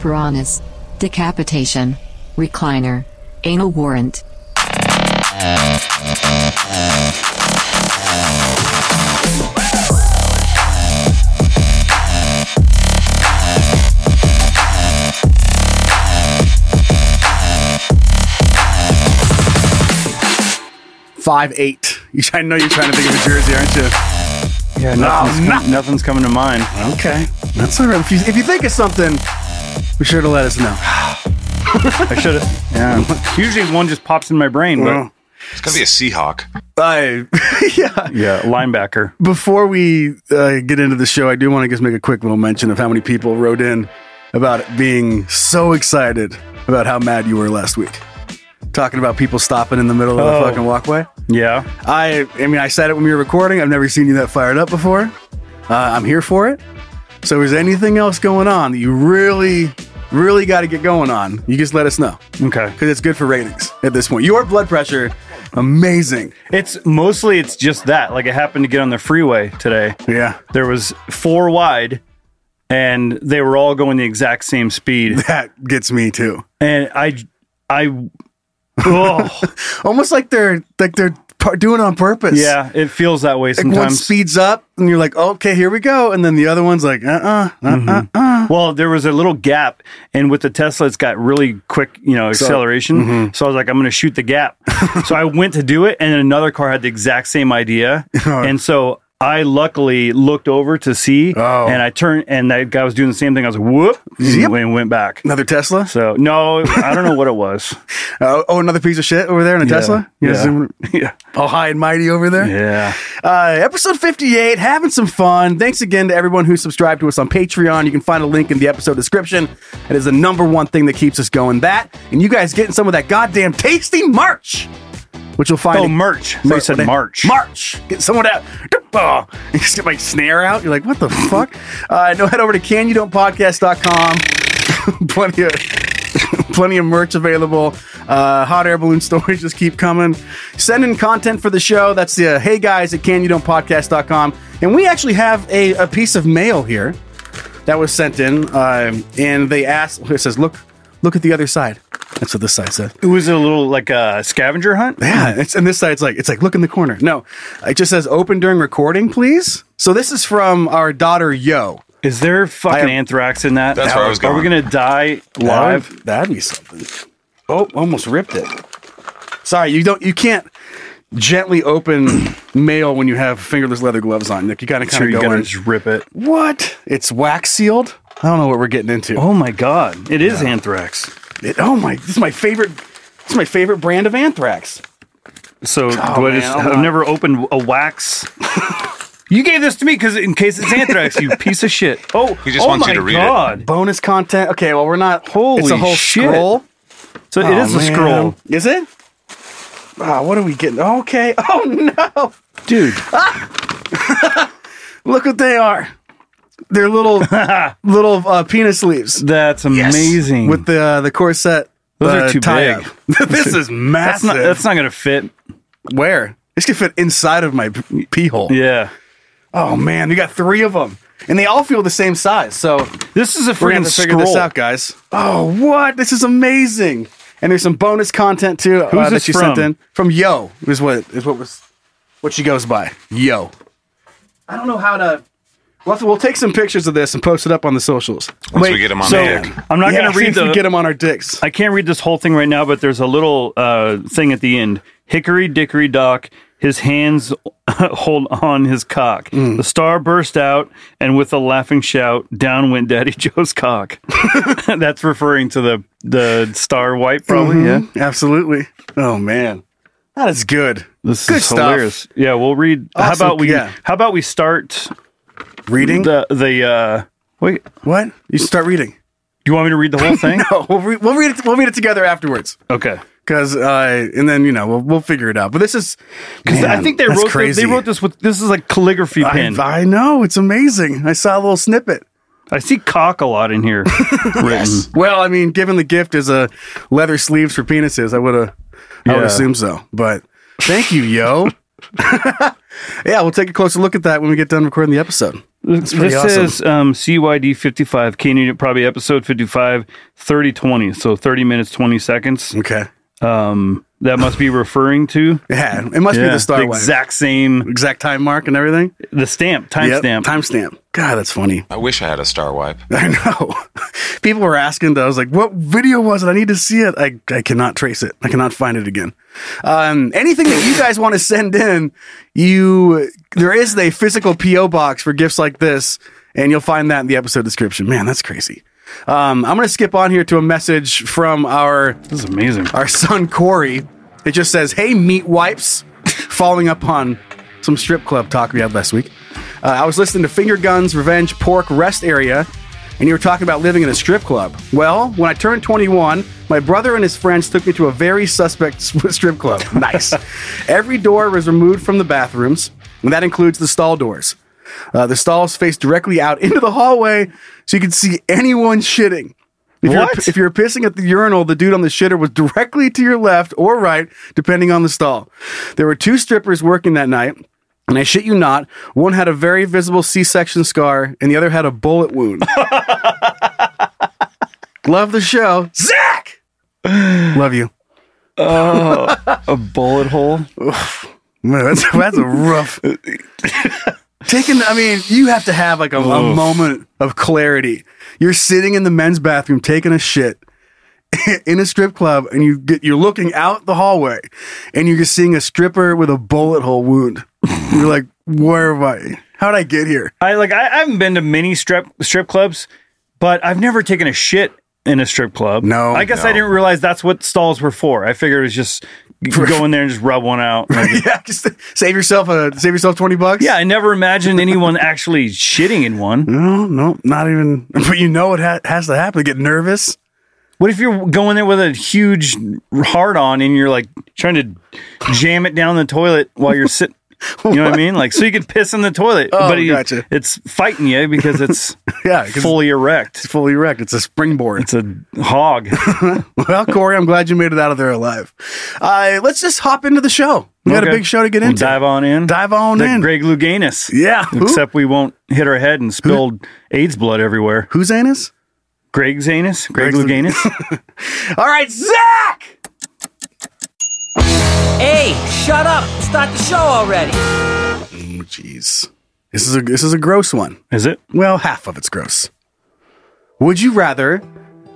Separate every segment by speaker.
Speaker 1: Piranhas. Decapitation. Recliner. Anal warrant.
Speaker 2: Five eight. You, I know you're trying to think of a jersey, aren't you?
Speaker 3: Yeah, nothing's,
Speaker 2: no.
Speaker 3: com- nothing's coming to mind.
Speaker 2: Okay, that's all right. If you, if you think of something, be sure to let us know.
Speaker 3: I should have. Yeah. Usually one just pops in my brain, but
Speaker 2: Well,
Speaker 4: It's gonna be a Seahawk.
Speaker 2: I yeah.
Speaker 3: yeah, linebacker.
Speaker 2: Before we uh, get into the show, I do want to just make a quick little mention of how many people wrote in about it being so excited about how mad you were last week. Talking about people stopping in the middle of
Speaker 3: Oh.
Speaker 2: the fucking walkway.
Speaker 3: Yeah.
Speaker 2: I, I mean, I said it when we were recording. I've never seen you that fired up before. Uh, I'm here for it. So, is anything else going on that you really, really got to get going on? You just let us know
Speaker 3: Okay.
Speaker 2: because it's good for ratings at this point. Your blood pressure, amazing.
Speaker 3: It's mostly it's just that. Like it happened to get on the freeway today.
Speaker 2: Yeah,
Speaker 3: There was four wide and they were all going the exact same speed.
Speaker 2: that gets me too.
Speaker 3: And I I oh
Speaker 2: Almost like they're like they're par- doing it on purpose.
Speaker 3: yeah, it feels that way
Speaker 2: Like one
Speaker 3: sometimes.
Speaker 2: speeds up and you're like, okay, here we go, and then the other one's like, uh, uh-uh, uh,
Speaker 3: Mm-hmm. Well, there was a little gap, and with the Tesla, it's got really quick, you know, acceleration. So, mm-hmm. I was like, I'm going to shoot the gap. so I went to do it, and then another car had the exact same idea, and so. I luckily looked over to see,
Speaker 2: Oh.
Speaker 3: and I turned, and that guy was doing the same thing. I was like, "Whoop!" and
Speaker 2: Zip.
Speaker 3: went- went back.
Speaker 2: another Tesla.
Speaker 3: So no, I don't know what it was.
Speaker 2: Uh, oh, another piece of shit over there in a Tesla. You guys
Speaker 3: Yeah. yeah,
Speaker 2: all high and mighty over there.
Speaker 3: yeah.
Speaker 2: Uh, episode 58, having some fun. Thanks again to everyone who subscribed to us on Patreon. You can find a link in the episode description. It is the number one thing that keeps us going. That, and you guys getting some of that goddamn tasty merch, which you'll find.
Speaker 3: Oh, merch. So you said March.
Speaker 2: March. Get someone out. Oh, you just get my snare out. You're like, what the fuck? Uh, no, head over to canyoudontpodcast.com. plenty of plenty of merch available. Uh, hot air balloon stories just keep coming. Send in content for the show. That's the uh, hey guys at canyoudontpodcast.com. And we actually have a, a piece of mail here that was sent in. Um, and they asked, it says, look, look at the other side. That's what this side says.
Speaker 3: It was a little like a scavenger hunt.
Speaker 2: Yeah, it's and this side's like it's like look in the corner. No, it just says open during recording, please. So this is from our daughter Yo.
Speaker 3: Is there fucking
Speaker 2: I-
Speaker 3: anthrax in that?
Speaker 4: That's where I was
Speaker 3: Are we
Speaker 4: going.
Speaker 3: gonna die live?
Speaker 2: That'd, that'd be something. Oh, almost ripped it. Sorry, you don't. You can't gently open mail when you have fingerless leather gloves on. Nick, you gotta
Speaker 3: Sure,
Speaker 2: kind
Speaker 3: you
Speaker 2: of go
Speaker 3: gotta
Speaker 2: in.
Speaker 3: just rip it.
Speaker 2: What? It's wax sealed. I don't know what we're getting into.
Speaker 3: Oh my god, it is anthrax.
Speaker 2: It- oh my! This is my favorite. This is my favorite brand of anthrax.
Speaker 3: So do I
Speaker 2: man,
Speaker 3: just,
Speaker 2: I'm
Speaker 3: I've
Speaker 2: not-
Speaker 3: never opened a wax. you gave this to me because in case it's anthrax, you piece of shit. Oh,
Speaker 4: He just
Speaker 3: oh
Speaker 4: wants
Speaker 3: my
Speaker 4: you to read it.
Speaker 3: god.
Speaker 2: Bonus content. Okay, well we're not. it's a
Speaker 3: Holy
Speaker 2: whole
Speaker 3: shit.
Speaker 2: scroll.
Speaker 3: So it is a scroll,
Speaker 2: Is it? Ah, what are we getting? Okay. Oh no!
Speaker 3: dude.
Speaker 2: Look what they are. They're little little uh, penis sleeves
Speaker 3: That's amazing.
Speaker 2: with the uh, the corset.
Speaker 3: Those are
Speaker 2: uh,
Speaker 3: too
Speaker 2: tie
Speaker 3: big.
Speaker 2: up. this is
Speaker 3: that's
Speaker 2: massive.
Speaker 3: not that's not gonna fit.
Speaker 2: where this could fit inside of my p- pee hole.
Speaker 3: Yeah.
Speaker 2: Oh man, you got three of them, and they all feel the same size. So
Speaker 3: This is a
Speaker 2: We're gonna
Speaker 3: freaking
Speaker 2: figure
Speaker 3: scroll.
Speaker 2: this out, guys. Oh, what? This is amazing. And there's some bonus content too uh,
Speaker 3: Who's
Speaker 2: that
Speaker 3: this
Speaker 2: she sent
Speaker 3: from?
Speaker 2: in from Yo is what is what was what she goes by Yo. I don't know how to. We'll, have to- we'll take some pictures of this and post it up on the socials.
Speaker 4: Once we get him on
Speaker 3: so
Speaker 4: the deck.
Speaker 3: I'm not
Speaker 2: Yeah,
Speaker 3: gonna
Speaker 2: see
Speaker 3: read
Speaker 2: if we
Speaker 3: the.
Speaker 2: get them on our dicks.
Speaker 3: I can't read this whole thing right now, but there's a little uh, thing at the end. Hickory dickory dock. His hands hold on his cock.
Speaker 2: Mm.
Speaker 3: The star burst out, and with a laughing shout, down went Daddy Joe's cock. That's referring to the the star white, probably.
Speaker 2: Mm-hmm.
Speaker 3: Yeah,
Speaker 2: Absolutely. Oh man, that is good.
Speaker 3: this
Speaker 2: good
Speaker 3: is hilarious. Yeah, we'll read. How
Speaker 2: Awesome,
Speaker 3: about we?
Speaker 2: yeah.
Speaker 3: How about we start
Speaker 2: Reading
Speaker 3: the the uh, wait.
Speaker 2: what? You start reading.
Speaker 3: Do you want me to read the whole thing?
Speaker 2: Oh, we'll, re- we'll read it. We'll read it together afterwards.
Speaker 3: Okay.
Speaker 2: Because uh, and then you know we'll, we'll figure it out. But this is
Speaker 3: Because I
Speaker 2: man,
Speaker 3: think they
Speaker 2: that's
Speaker 3: wrote they-
Speaker 2: crazy.
Speaker 3: they wrote this with this is like calligraphy pen. I,
Speaker 2: I, I know it's amazing. I saw a little snippet.
Speaker 3: see cock a lot in here written.
Speaker 2: Well, I mean, given the gift is a leather sleeves for penises, I would have, I would
Speaker 3: Yeah.
Speaker 2: assume so. But thank you, yo. yeah, we'll take a closer look at that when we get done recording the episode. pretty
Speaker 3: this
Speaker 2: awesome.
Speaker 3: is um, CYD 55, Kane Unit, probably episode 55, 30 20. So 30 minutes, 20 seconds.
Speaker 2: Okay.
Speaker 3: Um, that must be referring to
Speaker 2: Yeah, it must be
Speaker 3: Yeah,
Speaker 2: the Star Wife.
Speaker 3: exact same,
Speaker 2: exact time mark and everything.
Speaker 3: the stamp,
Speaker 2: Yep,
Speaker 3: timestamp.
Speaker 2: Timestamp. God, that's funny.
Speaker 4: I wish I had a star wipe.
Speaker 2: I know. People were asking. though, I was like, "What video was it? I need to see it. I, I cannot trace it. I cannot find it again." Um, anything that you guys want to send in, you there is a physical PO box for gifts like this, and you'll find that in the episode description. Man, that's crazy. Um, I'm gonna skip on here to a message from our
Speaker 3: This is amazing.
Speaker 2: our son Corey. It just says, "Hey, meat wipes," following up on some strip club talk we had last week. Uh, I was listening to Finger Guns, Revenge, Pork, Rest Area, and you were talking about living in a strip club. Well, when I turned 21, my brother and his friends took me to a very suspect s- strip club. Nice. Every door was removed from the bathrooms, and that includes the stall doors. Uh, the stalls face directly out into the hallway, so you could see anyone shitting. If
Speaker 3: What?
Speaker 2: You're, if you're pissing at the urinal, the dude on the shitter was directly to your left or right, depending on the stall. There were two strippers working that night, and I shit you not, one had a very visible C section scar, and the other had a bullet wound. Love the show. Zach! Love you.
Speaker 3: A bullet hole.
Speaker 2: Man, that's, that's a rough. Taking, I mean, you have to have like a, a moment of clarity. You're sitting in the men's bathroom taking a shit in a strip club, and you get you're looking out the hallway, and you're just seeing a stripper with a bullet hole wound. You're like, where am I? How would I get here?
Speaker 3: I like. I, I haven't been to many strip strip clubs, but I've never taken a shit in a strip club.
Speaker 2: No,
Speaker 3: I guess
Speaker 2: no.
Speaker 3: I didn't realize that's what stalls were for. I figured it was just you could go in there and just rub one out. Like,
Speaker 2: yeah, just save yourself a save yourself twenty bucks.
Speaker 3: yeah, I never imagined anyone actually shitting in one.
Speaker 2: No, no, not even. But you know it ha- has to happen. Get nervous.
Speaker 3: What if you're going there with a huge hard on and you're like trying to jam it down the toilet while you're sitting? You know what I mean? Like, so you can piss in the toilet,
Speaker 2: Oh,
Speaker 3: but he-
Speaker 2: gotcha.
Speaker 3: it's fighting you because it's
Speaker 2: Yeah, 'cause
Speaker 3: fully erect.
Speaker 2: it's fully erect. It's a springboard.
Speaker 3: It's a hog.
Speaker 2: Well, Corey, I'm glad you made it out of there alive. Uh, let's just hop into the show. We got a
Speaker 3: Okay.
Speaker 2: big show to get
Speaker 3: We'll
Speaker 2: into.
Speaker 3: dive on in.
Speaker 2: Dive on
Speaker 3: the
Speaker 2: in.
Speaker 3: Greg Louganis.
Speaker 2: Yeah. Who?
Speaker 3: Except we won't hit our head and spill AIDS blood everywhere.
Speaker 2: Who's anus?
Speaker 3: Greg's anus? Greg
Speaker 2: Greg's-
Speaker 3: Louganis?
Speaker 2: All right, Zach.
Speaker 5: Hey, shut up! Start the show already!
Speaker 2: Oh, Jeez, this is a this is a gross one.
Speaker 3: Is it?
Speaker 2: Well, half of it's gross. Would you rather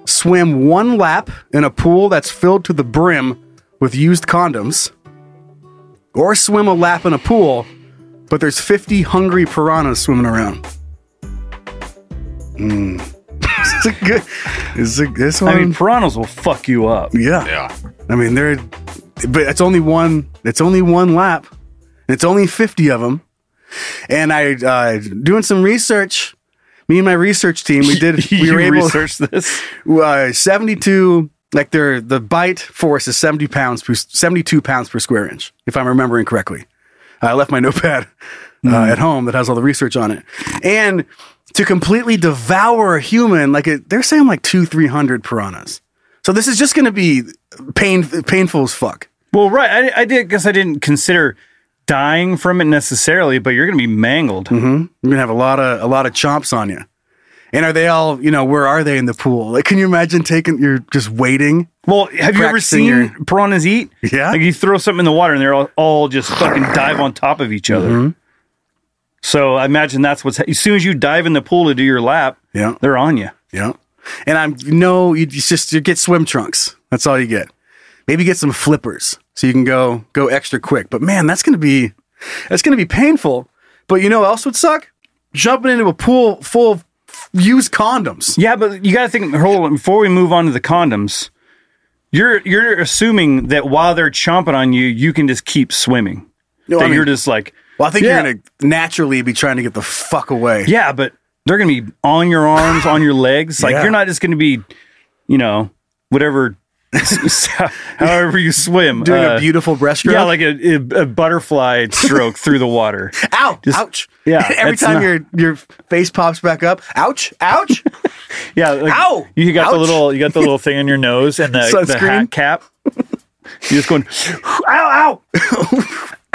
Speaker 2: swim one lap in a pool that's filled to the brim with used condoms, or swim a lap in a pool, but there's 50 hungry piranhas swimming around? Hmm. it's a good. It's a, this one.
Speaker 3: I mean, piranhas will fuck you up.
Speaker 2: yeah.
Speaker 4: Yeah.
Speaker 2: I mean, they're, but it's only one. It's only one lap. It's only fifty of them. And I uh, doing some research. Me and my research team, we did. We
Speaker 3: you
Speaker 2: were able
Speaker 3: research this?
Speaker 2: uh, seventy-two. Like their the bite force is seventy pounds per seventy-two pounds per square inch, if I'm remembering correctly. I left my notepad uh, at home that has all the research on it, and to completely devour a human, like it, they're saying like two, three hundred piranhas. So this is just going to be pain, painful as fuck.
Speaker 3: Well, right. I, I did, guess I didn't consider dying from it necessarily, but you're going to be mangled.
Speaker 2: You're gonna have a lot of a lot of chomps on you. And are they all? You know, where are they in the pool? Like, can you imagine taking? You're just waiting.
Speaker 3: Well, have you ever
Speaker 2: Practicing
Speaker 3: seen
Speaker 2: your-
Speaker 3: piranhas eat?
Speaker 2: Yeah.
Speaker 3: Like you throw something in the water and they're all, all just fucking dive on top of each other. So I imagine that's what's, as soon as you dive in the pool to do your lap,
Speaker 2: Yeah.
Speaker 3: they're on you.
Speaker 2: Yeah. And I'm no, you you just you get swim trunks. That's all you get. Maybe get some flippers so you can go go extra quick. But man, that's gonna be that's gonna be painful. But you know what else would suck? Jumping into a pool full of used condoms.
Speaker 3: Yeah, but you got to think. Hold on, before we move on to the condoms, you're you're assuming that while they're chomping on you, you can just keep swimming.
Speaker 2: No,
Speaker 3: that
Speaker 2: I mean-
Speaker 3: you're just like,
Speaker 2: Well, I think
Speaker 3: Yeah.
Speaker 2: you're gonna naturally be trying to get the fuck away.
Speaker 3: yeah, but they're going to be on your arms, on your legs. Like
Speaker 2: Yeah.
Speaker 3: you're not just going to be, you know, whatever, however you swim,
Speaker 2: Doing
Speaker 3: Uh,
Speaker 2: a beautiful breaststroke.
Speaker 3: Yeah, like a, a, a butterfly stroke through the water.
Speaker 2: Ouch!
Speaker 3: Just-
Speaker 2: ouch!
Speaker 3: yeah,
Speaker 2: Every
Speaker 3: it's
Speaker 2: time
Speaker 3: not-
Speaker 2: your your face pops back up, ouch! Ouch!
Speaker 3: Yeah, like,
Speaker 2: Ow!
Speaker 3: You got the
Speaker 2: Ouch!
Speaker 3: little you got the little thing on your nose and the, the
Speaker 2: Sunscreen?
Speaker 3: hat cap. You're just going, ow, ow,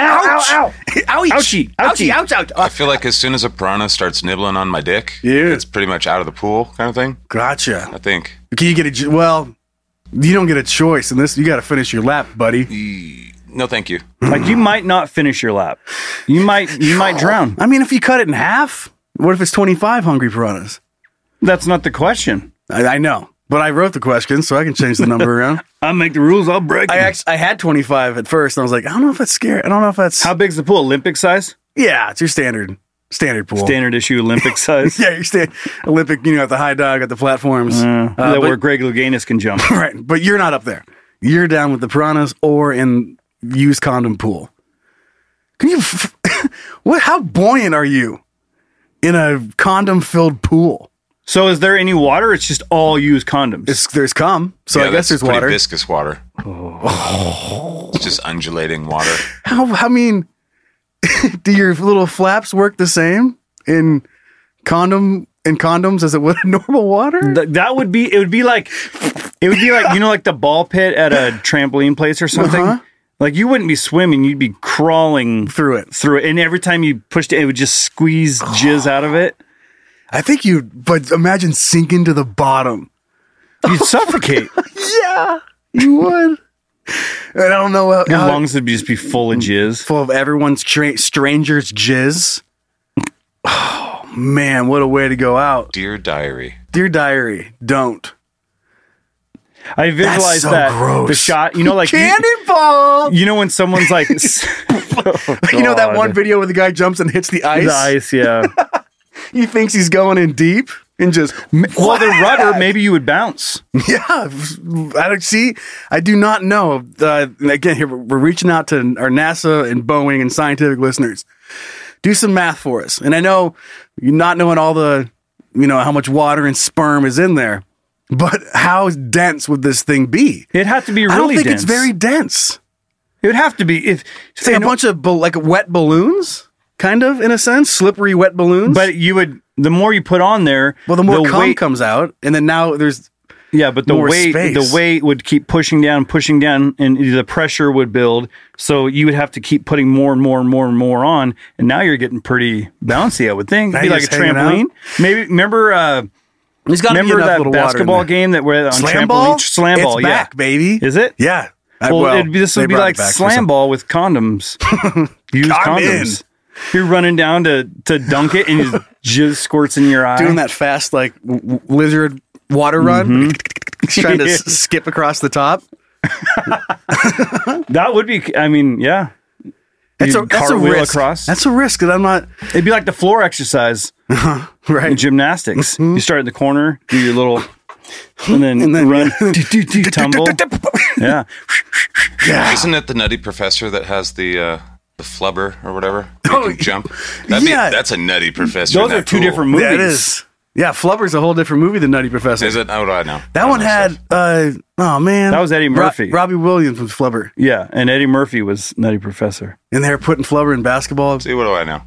Speaker 2: ouch!
Speaker 3: ow,
Speaker 2: Ouch!
Speaker 3: Ouchie,
Speaker 2: Ouchie!
Speaker 3: ouchie.
Speaker 2: Ouch! Ouch!
Speaker 4: I feel like as soon as a piranha starts nibbling on my dick,
Speaker 2: Uh, Yeah.
Speaker 4: it's pretty much out of the pool kind of thing.
Speaker 2: Gotcha.
Speaker 4: I think.
Speaker 2: Can you get a j- well? You don't get a choice in this. You got to finish your lap, buddy.
Speaker 4: E, No, thank you.
Speaker 3: like you might not finish your lap. You might you might drown.
Speaker 2: Oh. I mean, if you cut it in half, what if it's twenty five hungry piranhas?
Speaker 3: That's not the question.
Speaker 2: I, I know, but I wrote the question, so I can change the number around.
Speaker 3: I make the rules. I'll break.
Speaker 2: I
Speaker 3: them.
Speaker 2: actually, I had twenty five at first, and I was like, I don't know if that's scary. I don't know if that's
Speaker 3: How big's the pool? Olympic size?
Speaker 2: yeah. It's your standard standard pool.
Speaker 3: Standard issue Olympic size.
Speaker 2: yeah, your standard Olympic. You know, at the high dog, at the platforms.
Speaker 3: Uh,
Speaker 2: Uh,
Speaker 3: that
Speaker 2: but-
Speaker 3: where Greg Louganis can jump.
Speaker 2: Right, but you're not up there. You're down with the piranhas or in used condom pool. Can you? F- what? How buoyant are you in a condom filled pool?
Speaker 3: So is there any water? It's just all used condoms.
Speaker 2: It's, there's cum, so
Speaker 4: Yeah,
Speaker 2: I guess
Speaker 4: that's
Speaker 2: there's
Speaker 4: pretty
Speaker 2: water.
Speaker 4: Viscous water. It's just undulating water.
Speaker 2: How? I mean, do your little flaps work the same in condom in condoms as it would in normal water?
Speaker 3: Th- that would be it would be like it would be like you know like the ball pit at a trampoline place or something like you wouldn't be swimming you'd be crawling
Speaker 2: Uh-huh. Through it.
Speaker 3: through it and every time you pushed it it would just squeeze jizz out of it
Speaker 2: I think you. But imagine sinking to the bottom.
Speaker 3: you'd suffocate
Speaker 2: Yeah, you would. And I don't know how,
Speaker 3: your
Speaker 2: how-
Speaker 3: lungs would just be full of jizz
Speaker 2: full of everyone's tra- strangers' jizz. Oh man, what a way to go out,
Speaker 4: Dear diary.
Speaker 2: dear diary. Don't
Speaker 3: I visualize
Speaker 2: so
Speaker 3: that
Speaker 2: gross.
Speaker 3: the shot you know like you,
Speaker 2: cannonball.
Speaker 3: you know when someone's like s- Oh,
Speaker 2: you know that one
Speaker 3: God.
Speaker 2: video where the guy jumps and hits the ice.
Speaker 3: the ice yeah
Speaker 2: He thinks he's going in deep and just
Speaker 3: well the rudder maybe you would bounce
Speaker 2: yeah. I don't see. I do not know. Uh, and again, here we're we're reaching out to our NASA and Boeing and scientific listeners. Do some math for us. And I know you're not knowing all the, you know, how much water and sperm is in there, but how dense would this thing be?
Speaker 3: it'd have to be really
Speaker 2: I don't think
Speaker 3: dense
Speaker 2: it's very dense.
Speaker 3: it would have to be if
Speaker 2: It's like a bunch of bal- like wet balloons, kind of in a sense, slippery wet balloons.
Speaker 3: but you would the more you put on there
Speaker 2: well, the more cum
Speaker 3: weight-
Speaker 2: comes out, and then now there's
Speaker 3: Yeah, but the
Speaker 2: more
Speaker 3: weight
Speaker 2: space.
Speaker 3: the weight would keep pushing down, pushing down, and the pressure would build. So you would have to keep putting more and more and more and more on. And now you're getting pretty bouncy, I would think.
Speaker 2: Now
Speaker 3: Be
Speaker 2: you're
Speaker 3: like a
Speaker 2: just hanging
Speaker 3: trampoline. Maybe remember uh,
Speaker 2: there's got to be
Speaker 3: remember
Speaker 2: enough
Speaker 3: that
Speaker 2: little water in
Speaker 3: basketball
Speaker 2: there.
Speaker 3: game that we're on
Speaker 2: slam
Speaker 3: trampoline
Speaker 2: ball,
Speaker 3: slam ball.
Speaker 2: it's
Speaker 3: yeah,
Speaker 2: back, baby.
Speaker 3: is it?
Speaker 2: Yeah. I-
Speaker 3: Well, it'd be, this
Speaker 2: they
Speaker 3: would be
Speaker 2: brought
Speaker 3: like
Speaker 2: it back for
Speaker 3: slam
Speaker 2: some-
Speaker 3: ball with condoms. Use
Speaker 2: Come in.
Speaker 3: condoms. You're running down to to dunk it, and it just squirts in your eye.
Speaker 2: Doing that fast, like w- w- lizard water run, trying to s- skip across the top.
Speaker 3: That would be. I mean, yeah.
Speaker 2: That's
Speaker 3: You
Speaker 2: a, that's a
Speaker 3: cartwheel
Speaker 2: risk.
Speaker 3: across.
Speaker 2: That's a risk that I'm not
Speaker 3: It'd be like the floor exercise. in
Speaker 2: right.
Speaker 3: gymnastics.
Speaker 2: Mm-hmm.
Speaker 3: You start in the corner, do your little, and then, run, do, do, do, tumble. yeah,
Speaker 2: Yeah.
Speaker 4: Isn't it the nutty professor that has the uh, the flubber or whatever? You
Speaker 2: Oh,
Speaker 4: can jump. That'd
Speaker 2: yeah.
Speaker 4: Be, that's a nutty professor.
Speaker 3: those
Speaker 4: in
Speaker 3: are
Speaker 4: that
Speaker 3: two
Speaker 4: pool.
Speaker 3: different movies.
Speaker 2: That is. Yeah, Flubber's a whole different movie than Nutty Professor.
Speaker 4: Is it? Oh, I know. I
Speaker 2: That one
Speaker 4: know
Speaker 2: had
Speaker 4: stuff.
Speaker 2: uh oh man.
Speaker 3: That was Eddie Murphy.
Speaker 2: Robbie Williams was Flubber.
Speaker 3: Yeah, and Eddie Murphy was Nutty Professor.
Speaker 2: And they were putting Flubber in basketball.
Speaker 4: See, what do I know?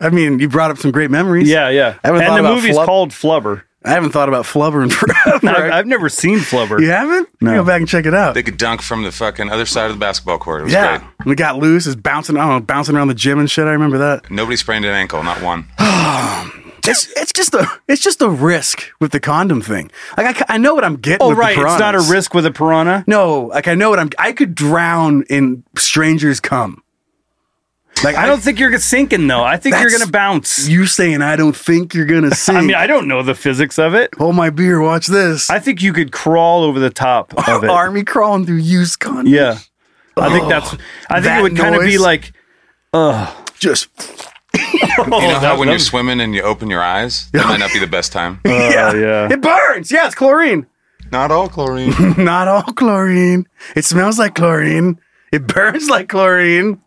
Speaker 2: I mean, you brought up some great memories.
Speaker 3: Yeah, yeah.
Speaker 2: I haven't
Speaker 3: and
Speaker 2: thought
Speaker 3: the
Speaker 2: about
Speaker 3: movie's
Speaker 2: Flub-
Speaker 3: called Flubber.
Speaker 2: I haven't thought about Flubber in forever.
Speaker 3: I've, I've never seen Flubber.
Speaker 2: you haven't?
Speaker 3: No.
Speaker 2: Go back and check it out.
Speaker 4: They could dunk from the fucking other side of the basketball court. It was
Speaker 2: Yeah,
Speaker 4: great.
Speaker 2: we got loose. Is bouncing, I don't know, bouncing around the gym and shit. I remember that.
Speaker 4: Nobody sprained an ankle, not one.
Speaker 2: It's it's just a it's just a risk with the condom thing. Like I, ca- I know what I'm getting.
Speaker 3: Oh,
Speaker 2: with the
Speaker 3: right. It's not a
Speaker 2: piranhas.
Speaker 3: risk with a piranha.
Speaker 2: No, like I know what I'm. I could drown in strangers come. Like
Speaker 3: I don't think you're sinking though. I think you're
Speaker 2: That's-
Speaker 3: gonna bounce.
Speaker 2: You saying I don't think you're gonna sink?
Speaker 3: I mean, I don't know the physics of it.
Speaker 2: hold my beer. Watch this.
Speaker 3: I think you could crawl over the top of it.
Speaker 2: Army crawling through used condoms.
Speaker 3: Yeah, I think that's. I think
Speaker 2: that
Speaker 3: it would kind of be
Speaker 2: noise.
Speaker 3: like.
Speaker 2: just
Speaker 4: you know how
Speaker 3: that-
Speaker 4: when
Speaker 3: that
Speaker 4: you're
Speaker 3: was-
Speaker 4: swimming and you open your eyes, that might not be the best time.
Speaker 3: yeah, Oh, yeah.
Speaker 2: it burns. Yeah, it's chlorine.
Speaker 4: not all chlorine.
Speaker 2: Not all chlorine. It smells like chlorine. It burns like chlorine.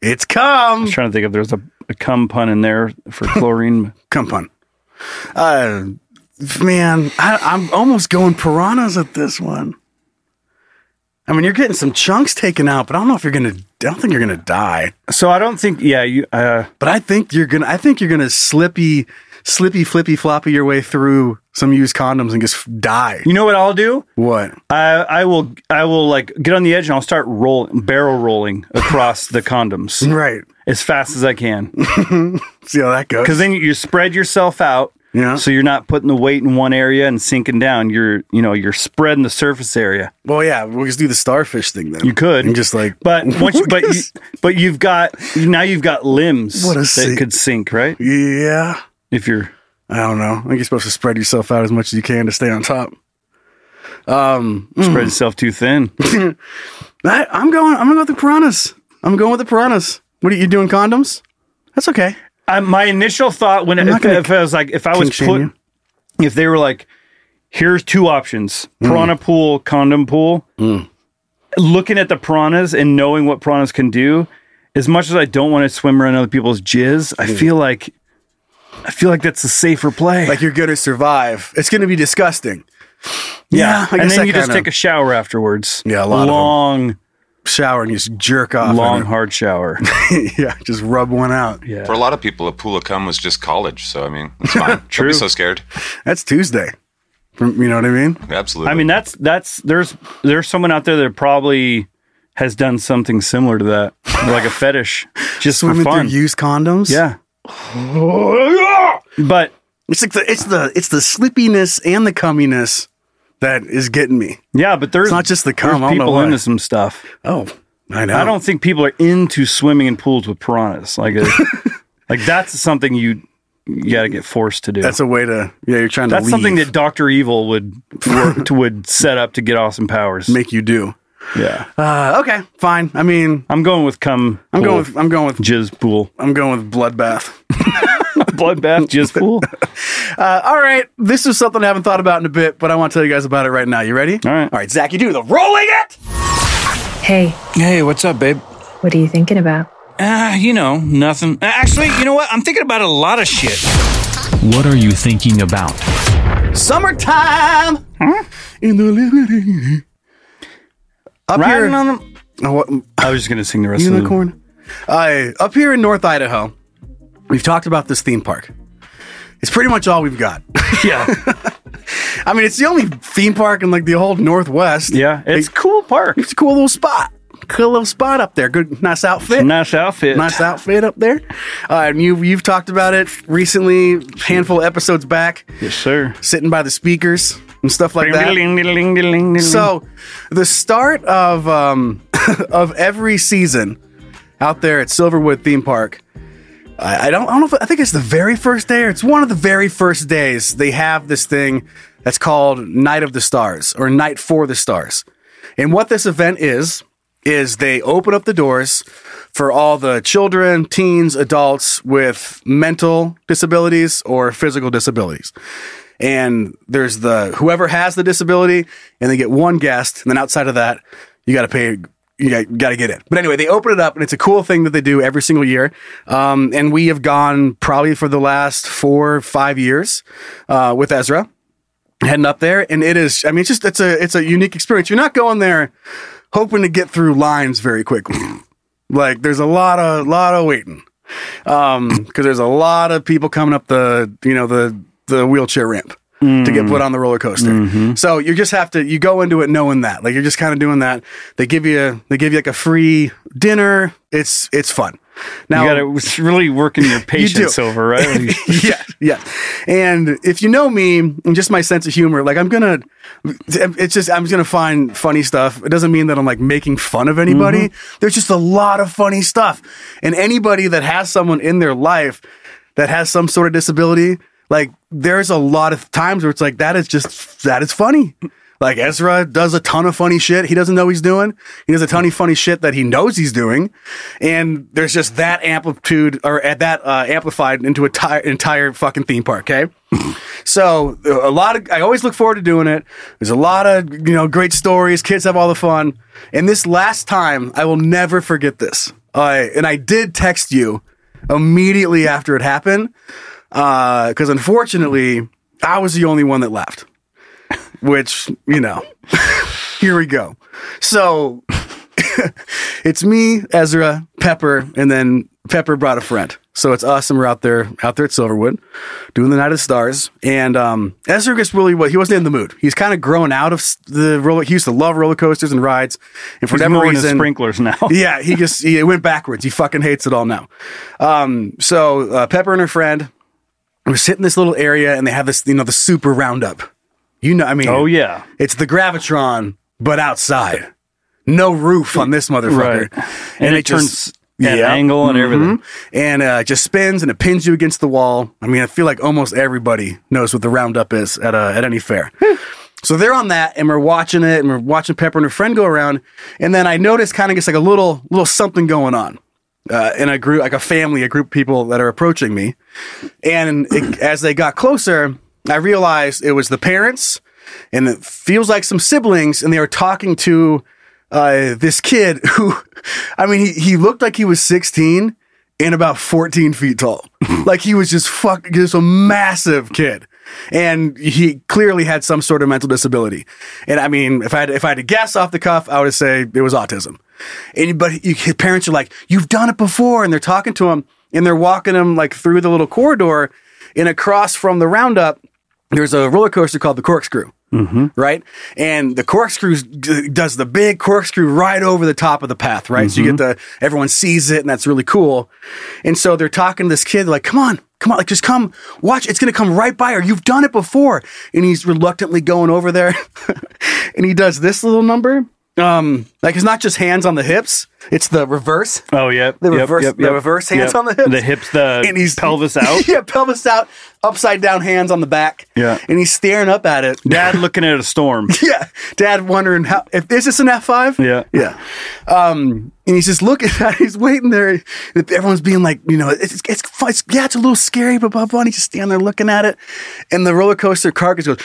Speaker 2: it's cum.
Speaker 3: trying to think if there's a, a cum pun in there for chlorine.
Speaker 2: Cum pun. Uh, man, I, I'm almost going piranhas at this one. I mean, you're getting some chunks taken out, but I don't know if you're gonna. I don't think you're gonna die.
Speaker 3: So I don't think. Yeah, you. Uh,
Speaker 2: But I think you're gonna. I think you're gonna slippy, slippy, flippy, floppy your way through some used condoms and just die.
Speaker 3: you know what I'll do?
Speaker 2: What?
Speaker 3: I I will I will like get on the edge and I'll start rolling barrel rolling across the condoms
Speaker 2: Right.
Speaker 3: as fast as I can
Speaker 2: See how that goes.
Speaker 3: because then you spread yourself out.
Speaker 2: Yeah.
Speaker 3: So you're not putting the weight in one area and sinking down. You're you know you're spreading the surface area.
Speaker 2: well, yeah, we'll just do the starfish thing then.
Speaker 3: You could
Speaker 2: And just like,
Speaker 3: but once you, but you, but you've got now you've got limbs
Speaker 2: What a
Speaker 3: that
Speaker 2: sink.
Speaker 3: could sink right
Speaker 2: yeah.
Speaker 3: if you're
Speaker 2: I don't know. I think you're supposed to spread yourself out as much as you can to stay on top. Mm.
Speaker 3: spread yourself too thin.
Speaker 2: I, I'm going. I'm going with the piranhas. I'm going with the piranhas. What are you doing? Condoms? That's okay.
Speaker 3: I, my initial thought when
Speaker 2: not
Speaker 3: if,
Speaker 2: gonna
Speaker 3: if I was like if I was
Speaker 2: kink shame
Speaker 3: put if they were like here's two options
Speaker 2: Hmm.
Speaker 3: piranha pool condom pool looking at the piranhas and knowing what piranhas can do as much as I don't want to swim around other people's jizz
Speaker 2: Hmm.
Speaker 3: I feel like I feel like that's the safer play
Speaker 2: Like you're going to survive. It's going to be disgusting. Yeah, I guess
Speaker 3: and then
Speaker 2: that
Speaker 3: you just
Speaker 2: kinda-
Speaker 3: take a shower afterwards
Speaker 2: Yeah, a lot of 'em.
Speaker 3: long
Speaker 2: shower and you just jerk off. in
Speaker 3: long
Speaker 2: it.
Speaker 3: hard shower
Speaker 2: yeah, just rub one out.
Speaker 3: yeah
Speaker 4: For a lot of people, a pool of cum was just college, so I mean, it's fine. Don't
Speaker 3: True.
Speaker 4: be so scared.
Speaker 2: That's Tuesday. You know what I mean?
Speaker 4: Absolutely.
Speaker 3: I mean that's that's there's there's someone out there that probably has done something similar to that, like a fetish, just for
Speaker 2: Swimming through
Speaker 3: fun.
Speaker 2: used condoms.
Speaker 3: Yeah, but
Speaker 2: It's like the it's the it's the slippiness and the cumminess that is getting me.
Speaker 3: yeah, but there's
Speaker 2: It's not just the cum, I
Speaker 3: There's
Speaker 2: don't know
Speaker 3: people
Speaker 2: why.
Speaker 3: into some stuff.
Speaker 2: Oh, I know.
Speaker 3: I don't think people are into swimming in pools with piranhas. Like, a, like that's something you you got to get forced to do.
Speaker 2: That's a way to yeah. You're trying
Speaker 3: That's
Speaker 2: to leave,
Speaker 3: something that Doctor Evil would work, to- would set up to get awesome powers.
Speaker 2: make you do.
Speaker 3: Yeah,
Speaker 2: Uh, okay, fine. I mean,
Speaker 3: I'm going with cum.
Speaker 2: I'm
Speaker 3: pool.
Speaker 2: going. With, I'm going with.
Speaker 3: jizz pool,
Speaker 2: I'm going with bloodbath.
Speaker 3: bloodbath, jizz pool.
Speaker 2: Uh, all right, this is something I haven't thought about in a bit, but I want to tell you guys about it right now. You ready?
Speaker 3: All right.
Speaker 2: All right, Zach, you do the rolling it.
Speaker 6: Hey,
Speaker 7: Hey, what's up, babe?
Speaker 6: what are you thinking about?
Speaker 7: Ah, you know, nothing. Uh, Actually, you know what? I'm thinking about a lot of shit.
Speaker 8: What are you thinking about?
Speaker 2: Summertime in the living up
Speaker 3: Riding
Speaker 2: here.
Speaker 3: on the
Speaker 2: Oh, what-
Speaker 3: I was just gonna sing the rest of
Speaker 2: unicorn. Uh, up here in North Idaho, we've talked about this theme park. It's pretty much all we've got.
Speaker 3: the Yeah,
Speaker 2: I mean, it's the only theme park in like the whole Northwest.
Speaker 3: yeah. It's
Speaker 2: It-
Speaker 3: cool park.
Speaker 2: it's a cool little spot. Cool little spot up there. Good, nice outfit.
Speaker 3: Nice outfit.
Speaker 2: Nice outfit up there. Uh, and you you've talked about it recently, handful of episodes back,
Speaker 3: Yes, sir.
Speaker 2: sitting by the speakers and stuff like that.
Speaker 3: So
Speaker 2: So, the start of um, of every season out there at Silverwood Theme Park, I, I don't I don't know if I think it's the very first day or it's one of the very first days they have this thing that's called Night of the Stars or Night for the Stars, and what this event is is they open up the doors for all the children, teens, adults with mental disabilities or physical disabilities and there's the whoever has the disability and they get one guest and then outside of that you got to pay you got, got to get in but anyway they open it up and it's a cool thing that they do every single year um, and we have gone probably for the last four five years uh, with ezra heading up there and it is i mean it's just it's a it's a unique experience you're not going there hoping to get through lines very quickly like there's a lot of lot of waiting um because there's a lot of people coming up the you know the the wheelchair ramp to
Speaker 3: Mm.
Speaker 2: get put on the roller coaster
Speaker 3: Mm-hmm.
Speaker 2: so you just have to you go into it knowing that like you're just kind of doing that they give you they give you like a free dinner it's it's fun now
Speaker 3: you gotta it's really working your patience over, right?
Speaker 2: yeah, yeah. And if you know me and just my sense of humor, like I'm gonna, it's just I'm just gonna find funny stuff. It doesn't mean that I'm like making fun of anybody. There's just a lot of funny stuff, and anybody that has someone in their life that has some sort of disability, like there's a lot of times where it's like that is just that is funny. Like Ezra does a ton of funny shit he doesn't know he's doing. He does a ton of funny shit that he knows he's doing, and there's just that amplitude or at that uh, amplified into a ti- entire fucking theme park. Okay, so a lot of I always look forward to doing it. There's a lot of you know great stories. Kids have all the fun, and this last time I will never forget this. Uh, and I did text you immediately after it happened. because unfortunately, I was the only one that left. Which you know, here we go. So it's me, Ezra, Pepper, and then Pepper brought a friend. So it's us, and we're out there, out there at Silverwood, doing the Night of the Stars. And um, Ezra gets really what he wasn't in the mood. He's kind of grown out of s- the roller. He used to love roller coasters and rides, and for
Speaker 3: He's
Speaker 2: whatever
Speaker 3: mowing his
Speaker 2: reason,
Speaker 3: sprinklers now.
Speaker 2: yeah, he just he went backwards. He fucking hates it all now. Um, so uh, Pepper and her friend were sitting in this little area, and they have this, you know, the super roundup. You know, I mean,
Speaker 3: Oh yeah.
Speaker 2: it's the gravitron, but outside. No roof on this motherfucker.
Speaker 3: Right. And it turns at an angle and everything.
Speaker 2: Mhm. And uh, it just spins and it pins you against the wall. I mean, I feel like almost everybody knows what the roundup is at a, at any fair. so they're on that, and we're watching it, and we're watching Pepper and her friend go around. And then I notice kind of gets like a little little something going on uh, in a group, like a family, a group of people that are approaching me. And it, as they got closer, I realized it was the parents and it feels like some siblings, and they were talking to uh, this kid who, I mean, he, he looked like he was 16 and about 14 feet tall. like he was just fuck, just a massive kid. And he clearly had some sort of mental disability. And I mean, if I had, if I had to guess off the cuff, I would say it was autism. And but you, his parents are like, "You've done it before," and they're talking to him, and they're walking him like through the little corridor, and across from the roundup, there's a roller coaster called the Corkscrew. Right, and the corkscrew d- does the big corkscrew right over the top of the path. Right,
Speaker 3: Mm-hmm.
Speaker 2: so you get the everyone sees it, and that's really cool. And so they're talking to this kid, like, "Come on, come on, like just come watch. It's gonna come right by her. You've done it before." And he's reluctantly going over there, and he does this little number. Um, like it's not just hands on the hips; it's the reverse.
Speaker 3: Oh yeah.
Speaker 2: The reverse- the reverse hands on the hips.
Speaker 3: The hips, the
Speaker 2: And he's
Speaker 3: pelvis out.
Speaker 2: yeah, pelvis out, upside down, hands on the back.
Speaker 3: Yeah.
Speaker 2: and he's staring up at it.
Speaker 3: Dad looking at a storm.
Speaker 2: yeah, dad wondering how if is this an F five?
Speaker 3: Yeah.
Speaker 2: yeah. Um, and he's just looking at. He's waiting there. and Everyone's being like, you know, it's, it's it's fu- it's yeah, it's a little scary, but blah blah. And he's just standing there looking at it, and the roller coaster carcass goes.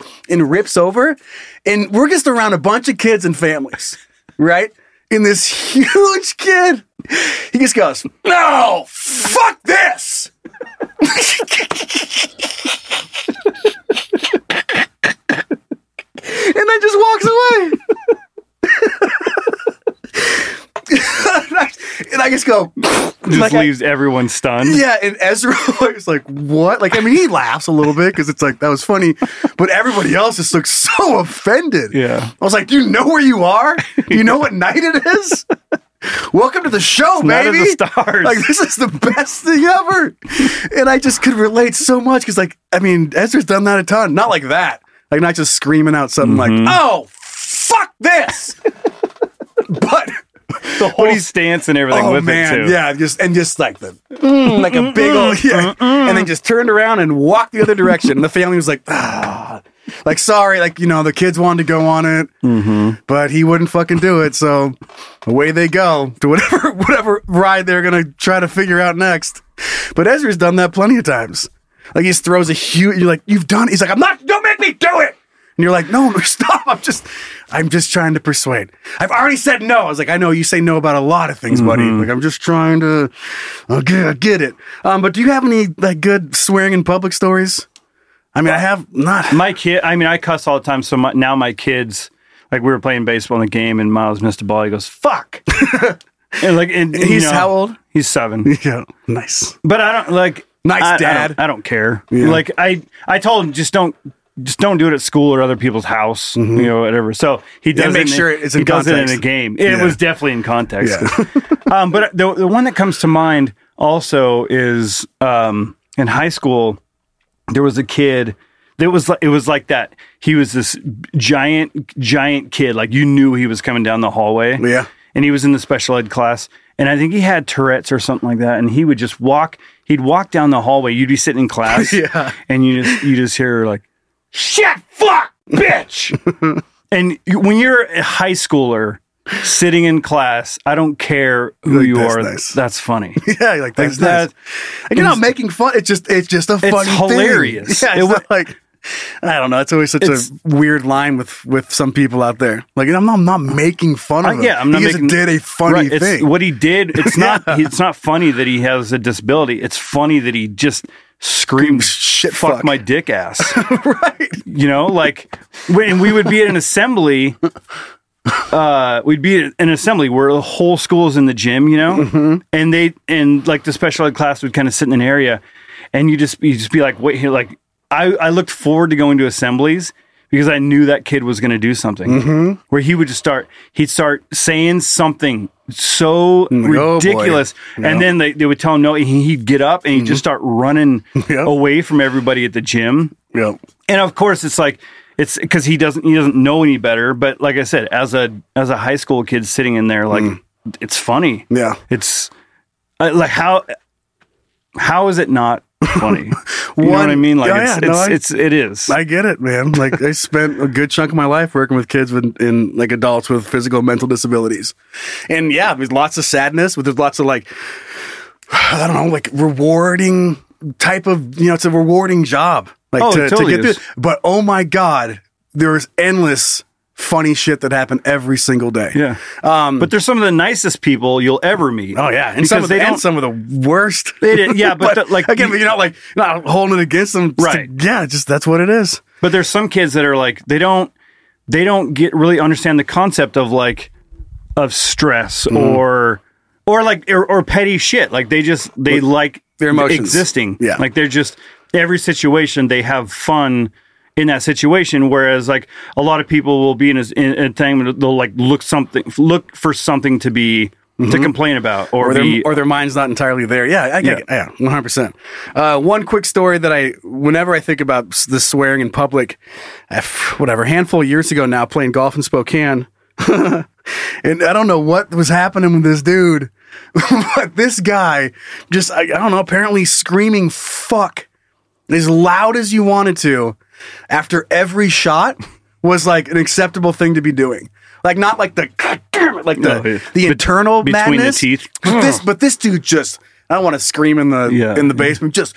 Speaker 2: And rips over, and we're just around a bunch of kids and families, right? And this huge kid, he just goes, "No, fuck this!" and then just walks away. and, I, and I just go,
Speaker 3: Just
Speaker 2: like I-
Speaker 3: leaves everyone stunned.
Speaker 2: yeah. And Ezra was like, what? Like, I mean, he laughs a little bit because it's like, that was funny. But everybody else just looks so offended.
Speaker 3: Yeah.
Speaker 2: I was like, do you know where you are? Do you know what night it is? Welcome to the show,
Speaker 3: Night of
Speaker 2: baby.
Speaker 3: the stars.
Speaker 2: Like, this is the best thing ever. And I just could relate so much because, like, I mean, Ezra's done that a ton. Not like that. Like, not just screaming out something
Speaker 3: Mm-hmm.
Speaker 2: like, oh, fuck this. but Oh,
Speaker 3: The whole stance and everything with it too.
Speaker 2: yeah, just and just like the mm, like a big old
Speaker 3: mm,
Speaker 2: yeah, and then just turned around and walked the other direction. and the family was like, ah, like sorry, like you know the kids wanted to go on it, but he wouldn't fucking do it. So away they go to whatever whatever ride they're gonna try to figure out next. But Ezra's done that plenty of times. Like he just throws a huge. You're like, you've done. it." He's like, I'm not. Don't make me do it. And you're like, no, no, stop. I'm just, I'm just trying to persuade. I've already said no. I was like, I know you say no about a lot of things, buddy.
Speaker 3: Mm-hmm.
Speaker 2: Like, I'm just trying to, I get, I get it. Um, but do you have any like good swearing in public stories? I mean, I have not.
Speaker 3: My kid, I mean, I cuss all the time. So my, now my kids, like we were playing baseball in a game and Miles missed a ball. He goes, fuck. and like, and, you
Speaker 2: He's
Speaker 3: know,
Speaker 2: how old?
Speaker 3: He's seven.
Speaker 2: Yeah, nice.
Speaker 3: But I don't like.
Speaker 2: Nice
Speaker 3: I- I don't-
Speaker 2: dad.
Speaker 3: I don't, care. Like I, I told him just don't, just don't do it at school or other people's house. You know, whatever. So he does
Speaker 2: Mm-hmm. make
Speaker 3: it in-
Speaker 2: sure it's
Speaker 3: he
Speaker 2: in
Speaker 3: does it in
Speaker 2: context.
Speaker 3: a game. It
Speaker 2: Yeah.
Speaker 3: was definitely in context.
Speaker 2: Yeah.
Speaker 3: um, but the the one that comes to mind also is um, in high school. There was a kid. There was like it was like that. He was this giant, giant kid. Like you knew he was coming down the hallway.
Speaker 2: Yeah.
Speaker 3: And he was in the special ed class, and I think he had Tourette's or something like that. And he would just walk. He'd walk down the hallway. You'd be sitting in class, yeah. And you just you just hear like, "Shit, fuck, bitch." and you, when you're a high schooler sitting in class, I don't care who
Speaker 2: Like,
Speaker 3: you
Speaker 2: that's
Speaker 3: are.
Speaker 2: nice.
Speaker 3: That's funny.
Speaker 2: Yeah, you're like
Speaker 3: Like
Speaker 2: that's
Speaker 3: that-
Speaker 2: nice. Like, you're not making fun. It's just, it's just a funny.
Speaker 3: hilarious.
Speaker 2: Thing. Yeah,
Speaker 3: It
Speaker 2: it's
Speaker 3: wa-
Speaker 2: not like I don't know. It's always such
Speaker 3: It's-
Speaker 2: a weird line with with some people out there. Like I'm not, I'm not making fun of
Speaker 3: Uh,
Speaker 2: him.
Speaker 3: yeah, I'm not
Speaker 2: he just
Speaker 3: making,
Speaker 2: did a funny
Speaker 3: Right, it's-
Speaker 2: thing.
Speaker 3: What he did, it's not it's not funny that he has a disability. It's funny that he just screamed
Speaker 2: Shit,
Speaker 3: fuck,
Speaker 2: fuck.
Speaker 3: my dick ass. right. You know, like when we would be at an assembly uh we'd be at an assembly where the whole school's in the gym, you know?
Speaker 2: Mm-hmm.
Speaker 3: And they and like the special ed class would kind of sit in an area and you just you just be like wait here like I I looked forward to going to assemblies because I knew that kid was going to do something
Speaker 2: Mm-hmm.
Speaker 3: where he would just start he'd start saying something so
Speaker 2: Mm, oh, boy.
Speaker 3: ridiculous and then they, they would tell him no and he- he'd get up and he'd just
Speaker 2: Mm-hmm.
Speaker 3: start running
Speaker 2: Yeah.
Speaker 3: away from everybody at the gym
Speaker 2: Yeah.
Speaker 3: and of course it's like it's because he doesn't he doesn't know any better but like i said as a as a high school kid sitting in there like it's funny
Speaker 2: Mm. Yeah.
Speaker 3: it's uh, like how how is it not funny you know what i
Speaker 2: One-
Speaker 3: mean like
Speaker 2: Yeah,
Speaker 3: it's,
Speaker 2: yeah, no,
Speaker 3: it's,
Speaker 2: I-
Speaker 3: it's it is
Speaker 2: I get it, man. Like I spent a good chunk of my life working with kids with, and like adults with physical and mental disabilities, and yeah, there's lots of sadness, but there's lots of like I don't know, like rewarding type of you know, it's a rewarding job, like
Speaker 3: Oh, it
Speaker 2: to,
Speaker 3: totally
Speaker 2: to get
Speaker 3: is.
Speaker 2: through. But oh my god, there's endless funny shit that happened every single day.
Speaker 3: yeah
Speaker 2: Um,
Speaker 3: but they're some of the nicest people you'll ever meet
Speaker 2: Oh yeah, and
Speaker 3: because
Speaker 2: some of
Speaker 3: they
Speaker 2: the,
Speaker 3: don't
Speaker 2: and some of the worst.
Speaker 3: They did- yeah, but the- like,
Speaker 2: again,
Speaker 3: you-
Speaker 2: but you're not like not holding it against them, It's
Speaker 3: Right.
Speaker 2: like, yeah, just that's what it is.
Speaker 3: But there's some kids that are like they don't they don't get really understand the concept of like of stress or or like or, or petty shit. Like they just they like
Speaker 2: their emotions.
Speaker 3: existing.
Speaker 2: Yeah.
Speaker 3: Like they're just every situation they have fun in that situation. Whereas like a lot of people will be in a, in a thing where they'll like look something look for something to be to complain about Mm-hmm. or,
Speaker 2: or
Speaker 3: be
Speaker 2: their, or their mind's not entirely there. Yeah, I get yeah. yeah, 100%. Uh, one quick story that I, whenever I think about s- the swearing in public, I f- whatever, a handful of years ago now, playing golf in Spokane. and I don't know what was happening with this dude, but this guy just, I, I don't know, apparently screaming fuck as loud as you wanted to after every shot was like an acceptable thing to be doing. Like not like the God damn it, like the
Speaker 3: No, yeah.
Speaker 2: the
Speaker 3: Bet-
Speaker 2: internal
Speaker 3: between the
Speaker 2: madness.
Speaker 3: teeth. Hmm.
Speaker 2: But this but this dude just I don't want to scream in the
Speaker 3: Yeah.
Speaker 2: in the basement just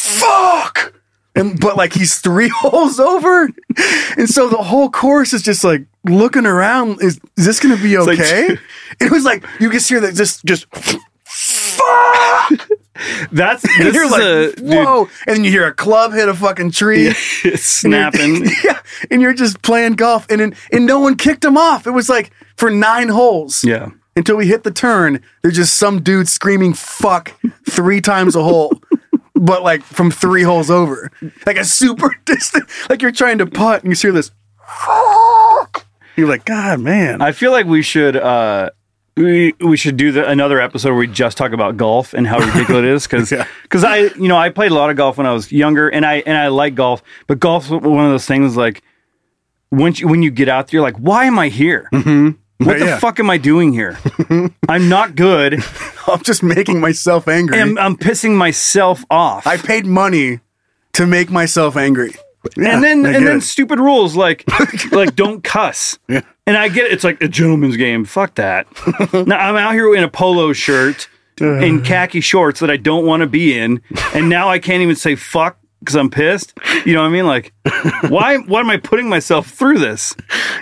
Speaker 2: fuck. And but like he's three holes over. And so the whole course is just like looking around is is this going to be
Speaker 3: like-
Speaker 2: okay? it was like you could hear that just just fuck
Speaker 3: that's
Speaker 2: and
Speaker 3: this
Speaker 2: you're
Speaker 3: is
Speaker 2: like,
Speaker 3: a dude,
Speaker 2: whoa! And then you hear a club hit a fucking tree,
Speaker 3: snapping.
Speaker 2: yeah, and you're just playing golf, and then- and no one kicked him off. It was like for nine holes,
Speaker 3: Yeah.
Speaker 2: until we hit the turn. There's just some dude screaming "fuck" three times a hole. But like from three holes over, like a super distant, like you're trying to putt and you hear this. "Fuck." You're like, God, man.
Speaker 3: I feel like we should uh, we we should do the, another episode where we just talk about golf and how ridiculous it is because
Speaker 2: Yeah.
Speaker 3: I you know I played a lot of golf when I was younger and I and I like golf but golf's one of those things like once you, when you get out there you're like why am I here what the
Speaker 2: Mm-hmm. Yeah.
Speaker 3: fuck am I doing here I'm not good
Speaker 2: I'm just making myself angry.
Speaker 3: and I'm, I'm pissing myself off
Speaker 2: I paid money to make myself angry. Yeah,
Speaker 3: and then
Speaker 2: I
Speaker 3: and
Speaker 2: get
Speaker 3: then
Speaker 2: it.
Speaker 3: stupid rules like like don't cuss.
Speaker 2: Yeah.
Speaker 3: And I get it, it's like a gentleman's game. Fuck that. now I'm out here in a polo shirt
Speaker 2: Uh.
Speaker 3: in khaki shorts that I don't want to be in, and now I can't even say fuck because I'm pissed. You know what I mean? Like, why why am I putting myself through this?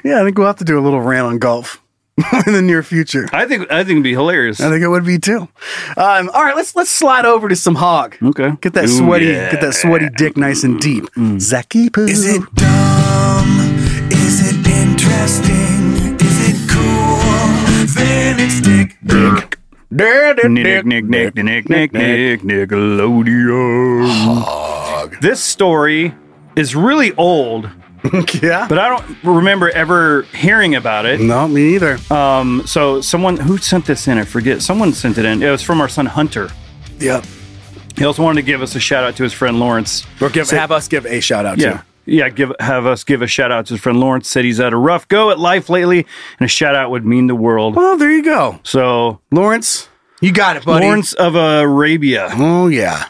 Speaker 2: Yeah, I think we'll have to do a little rant on golf in the near future.
Speaker 3: I think I think it'd be hilarious.
Speaker 2: I think it would be too. Um, all right, let's let's slide over to some hog.
Speaker 3: Okay.
Speaker 2: Get that
Speaker 3: Ooh,
Speaker 2: sweaty,
Speaker 3: yeah.
Speaker 2: get that sweaty dick nice and deep. Zacky poo.
Speaker 9: Is it dumb? Is it interesting? Is it cool? Then it's dick. Dick.
Speaker 2: Da- da-
Speaker 3: Nick, Nick, Nick, Nick, Nick, Nick, Nickelodeon. This story is really old,
Speaker 2: Yeah.
Speaker 3: but I don't remember ever hearing about it.
Speaker 2: No, me either.
Speaker 3: Um, so someone who sent this in, I forget. Someone sent it in. It was from our son Hunter.
Speaker 2: yep.
Speaker 3: He also wanted to give us a shout out to his friend Lawrence.
Speaker 2: Or give, have us give a shout out
Speaker 3: Yeah.
Speaker 2: to.
Speaker 3: Yeah, give have us give a shout out to his friend Lawrence. Said he's had a rough go at life lately, and a shout out would mean the world.
Speaker 2: Well, there you go,
Speaker 3: So
Speaker 2: Lawrence. You got it, buddy.
Speaker 3: Lawrence of Arabia.
Speaker 2: Oh yeah.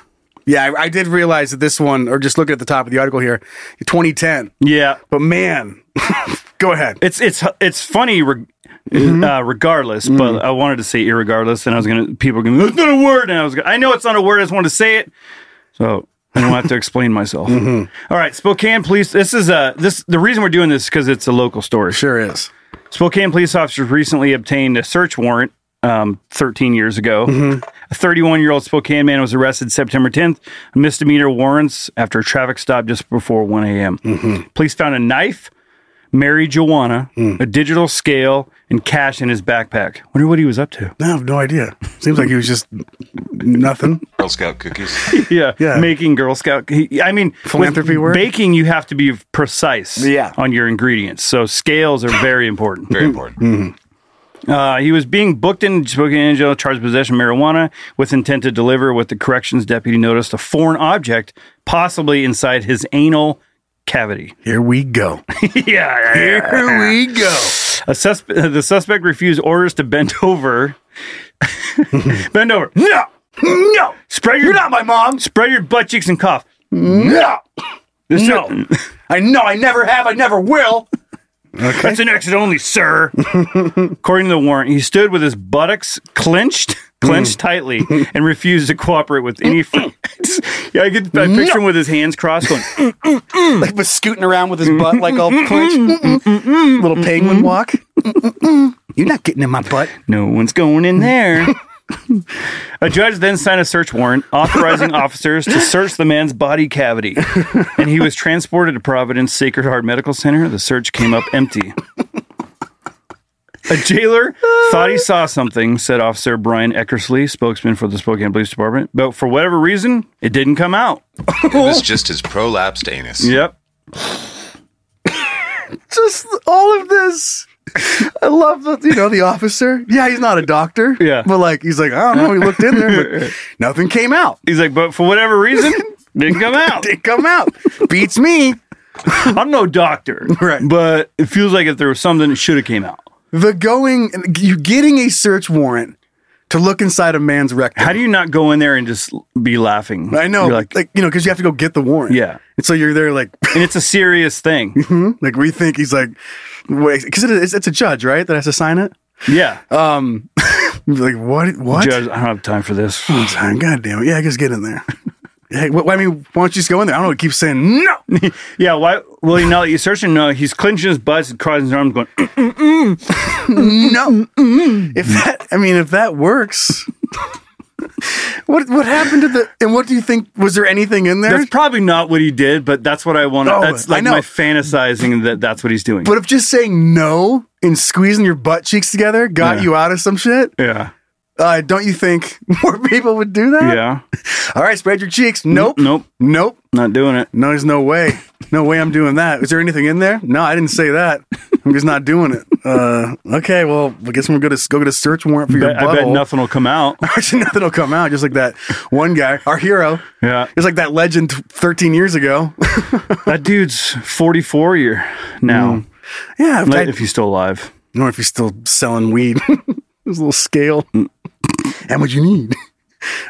Speaker 2: Yeah, I, I did realize that this one, or just look at the top of the article here, 2010.
Speaker 3: Yeah,
Speaker 2: But man, go ahead.
Speaker 3: it's it's it's funny. Re- Uh, regardless, but I wanted to say irregardless, and I was gonna people are gonna. It's not a word, and I was gonna. I know it's not a word. I just wanted to say it. So I don't have to explain myself. All right, Spokane police. This is uh this the reason we're doing this because it's a local story.
Speaker 2: Sure is.
Speaker 3: Spokane police officers recently obtained a search warrant um, 13 years ago.
Speaker 2: Mm-hmm.
Speaker 3: A 31 year old Spokane man was arrested September 10th, on misdemeanor warrants after a traffic stop just before 1 a.m.
Speaker 2: Mm-hmm.
Speaker 3: Police found a knife, marijuana,
Speaker 2: Mm.
Speaker 3: a digital scale, and cash in his backpack. Wonder what he was up to.
Speaker 2: No, I have no idea. Seems like he was just nothing.
Speaker 4: Girl Scout cookies.
Speaker 3: yeah,
Speaker 2: Yeah.
Speaker 3: making Girl Scout. he- I mean, with
Speaker 2: Philanthropy work?
Speaker 3: Baking, you have to be precise.
Speaker 2: Yeah.
Speaker 3: on your ingredients. So scales are very important.
Speaker 4: Very
Speaker 3: Mm.
Speaker 4: important.
Speaker 3: Uh, he was being booked in Spokane jail, charged with possession of marijuana with intent to deliver. What the corrections deputy noticed a foreign object, possibly inside his anal cavity.
Speaker 2: Here we go.
Speaker 3: yeah,
Speaker 2: Here we go.
Speaker 3: a suspe- the suspect refused orders to bend over. bend over. No, no. Spread your. You're not my mom. Spread your butt cheeks and cough.
Speaker 2: No,
Speaker 3: This
Speaker 2: No. I know. I never have. I never will.
Speaker 3: That's an exit only, sir. According to the warrant, he stood with his buttocks clenched, clenched tightly, and refused to cooperate with any. yeah, I could I picture him with his hands crossed, going,
Speaker 2: Like was scooting around with his butt, like all clenched, little penguin walk. You're not getting in my butt.
Speaker 3: "No one's going in there." a judge then signed a search warrant authorizing officers to search the man's body cavity, and he was transported to Providence Sacred Heart Medical Center. The search came up empty. A jailer thought he saw something, said Officer Brian Eckersley, spokesman for the Spokane Police Department. But for whatever reason, it didn't come out.
Speaker 4: It was just his prolapsed anus.
Speaker 3: Yep.
Speaker 2: Just all of this. I love the you know the officer. Yeah, he's not a doctor.
Speaker 3: Yeah.
Speaker 2: but like he's like I don't know. He looked in there, but nothing came out.
Speaker 3: He's like, but for whatever reason, didn't come out.
Speaker 2: Didn't come out. Beats me.
Speaker 3: I'm no doctor.
Speaker 2: Right.
Speaker 3: But it feels like if there was something, it should have came out.
Speaker 2: The going you getting a search warrant to look inside a man's rectum.
Speaker 3: How do you not go in there and just be laughing?
Speaker 2: I know,
Speaker 3: You're
Speaker 2: like, you know, because you have to go get the warrant.
Speaker 3: Yeah.
Speaker 2: and so you're there, like,
Speaker 3: and it's a serious thing.
Speaker 2: like rethink. He's like, wait, because it is, it's a judge, right, that has to sign it.
Speaker 3: Yeah.
Speaker 2: Um, like what? What?
Speaker 3: Judge, I don't have time for this.
Speaker 2: God damn it! Yeah, I guess get in there. hey, wh- I mean, why don't you just go in there? I don't know. It keeps saying no.
Speaker 3: yeah, why will he not let you search him? No, uh, he's clenching his butt and crossing his arms going,
Speaker 2: no. if that, I mean, if that works, what what happened to the? And what do you think? Was there anything in there?
Speaker 3: That's probably not what he did, but that's what I want.
Speaker 2: No,
Speaker 3: to that's
Speaker 2: Oh, I
Speaker 3: like
Speaker 2: know.
Speaker 3: my fantasizing that that's what he's doing.
Speaker 2: but if just saying no and squeezing your butt cheeks together got
Speaker 3: Yeah.
Speaker 2: you out of some shit,
Speaker 3: yeah,
Speaker 2: uh, don't you think more people would do that?
Speaker 3: yeah,
Speaker 2: All right, spread your cheeks. Nope.
Speaker 3: nope,
Speaker 2: Nope.
Speaker 3: not doing it.
Speaker 2: No, there's no way. No way I'm doing that. Is there anything in there? No, I didn't say that. I'm just not doing it. Uh, okay, well, I guess we're going to go get a search warrant for your
Speaker 3: Bet- I bet
Speaker 2: butthole.
Speaker 3: nothing will come out.
Speaker 2: Actually, nothing will come out. Just like that one guy, our hero.
Speaker 3: Yeah.
Speaker 2: Just like that legend 13 years ago.
Speaker 3: that dude's 44 year now.
Speaker 2: yeah. Mm. I,
Speaker 3: Like, if he's still alive,
Speaker 2: I don't know if he's still selling weed. His little scale. How much you need?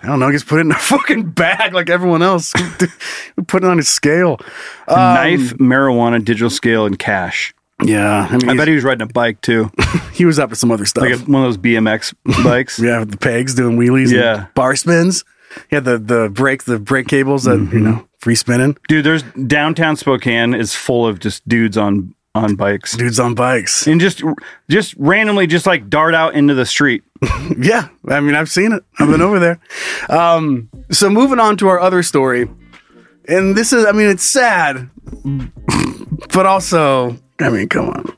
Speaker 2: I don't know. Just put it in a fucking bag like everyone else. put it on his scale. Um,
Speaker 3: knife, marijuana, digital scale, and cash.
Speaker 2: Yeah. I, mean,
Speaker 3: I
Speaker 2: he's-
Speaker 3: bet he was riding a bike too,
Speaker 2: he was up to some other stuff.
Speaker 3: like a, one of those BMX bikes.
Speaker 2: Yeah, with the pegs doing wheelies.
Speaker 3: Yeah.
Speaker 2: and bar spins. Yeah, the the brake the brake cables that
Speaker 3: Mm-hmm.
Speaker 2: you know free spinning.
Speaker 3: Dude, there's downtown Spokane is full of just dudes on on bikes.
Speaker 2: Dudes on bikes.
Speaker 3: And just just randomly just like dart out into the street.
Speaker 2: Yeah, I mean I've seen it. I've been over there. Um, so moving on to our other story, and this is I mean it's sad, but also I mean come on.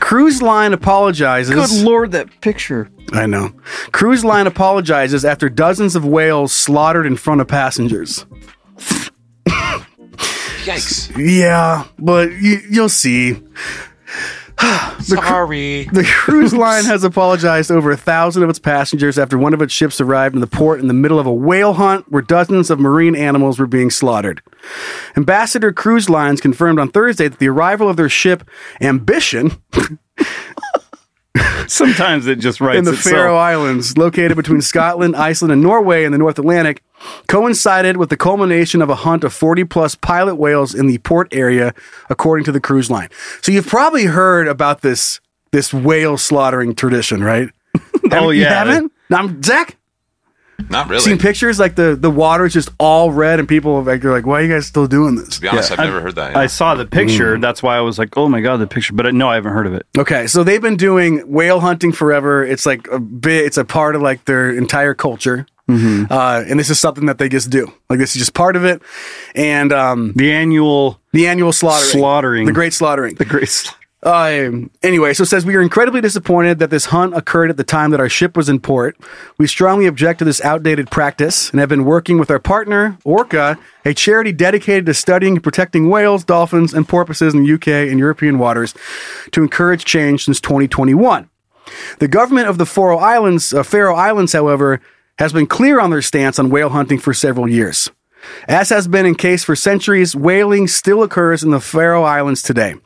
Speaker 2: Cruise line apologizes.
Speaker 3: lord, that picture.
Speaker 2: I know. Cruise line apologizes after dozens of whales slaughtered in front of passengers.
Speaker 4: Yikes.
Speaker 2: Yeah, but you, you'll see.
Speaker 4: Sorry.
Speaker 2: The cruise line has apologized to over a thousand of its passengers after one of its ships arrived in the port in the middle of a whale hunt where dozens of marine animals were being slaughtered. Ambassador Cruise Lines confirmed on Thursday that the arrival of their ship Ambition
Speaker 3: Sometimes it just writes
Speaker 2: in the
Speaker 3: itself.
Speaker 2: Faroe Islands, located between Scotland, Iceland, and Norway in the North Atlantic, coincided with the culmination of a hunt of 40 plus pilot whales in the port area, according to the cruise line. So you've probably heard about this this whale slaughtering tradition, right?
Speaker 3: Oh,
Speaker 2: you
Speaker 3: yeah.
Speaker 2: haven't? I'm Zach.
Speaker 4: Not really.
Speaker 2: Seen pictures like the the water is just all red, and people are like, they're like, why are you guys still doing this?
Speaker 4: to be honest, I've never heard that. yeah.
Speaker 3: I saw the
Speaker 2: Mm.
Speaker 3: picture. That's why I was like, oh my God, the picture. But uh, no, I haven't heard of it.
Speaker 2: Okay, so they've been doing whale hunting forever. It's like a bit. It's a part of like their entire culture, uh, and this is something that they just do. Like this is just part of it, and um,
Speaker 3: The annual
Speaker 2: the annual slaughtering,
Speaker 3: Slaughtering.
Speaker 2: the great slaughtering.
Speaker 3: The Grace.
Speaker 2: Um, anyway, so it says we are incredibly disappointed that this hunt occurred at the time that our ship was in port. We strongly object to this outdated practice and have been working with our partner, Orca, a charity dedicated to studying and protecting whales, dolphins, and porpoises in the UK and European waters to encourage change since 2021. The government of the Faroe Islands, uh, Faroe Islands, however, has been clear on their stance on whale hunting for several years. As has been in case for centuries, whaling still occurs in the Faroe Islands today.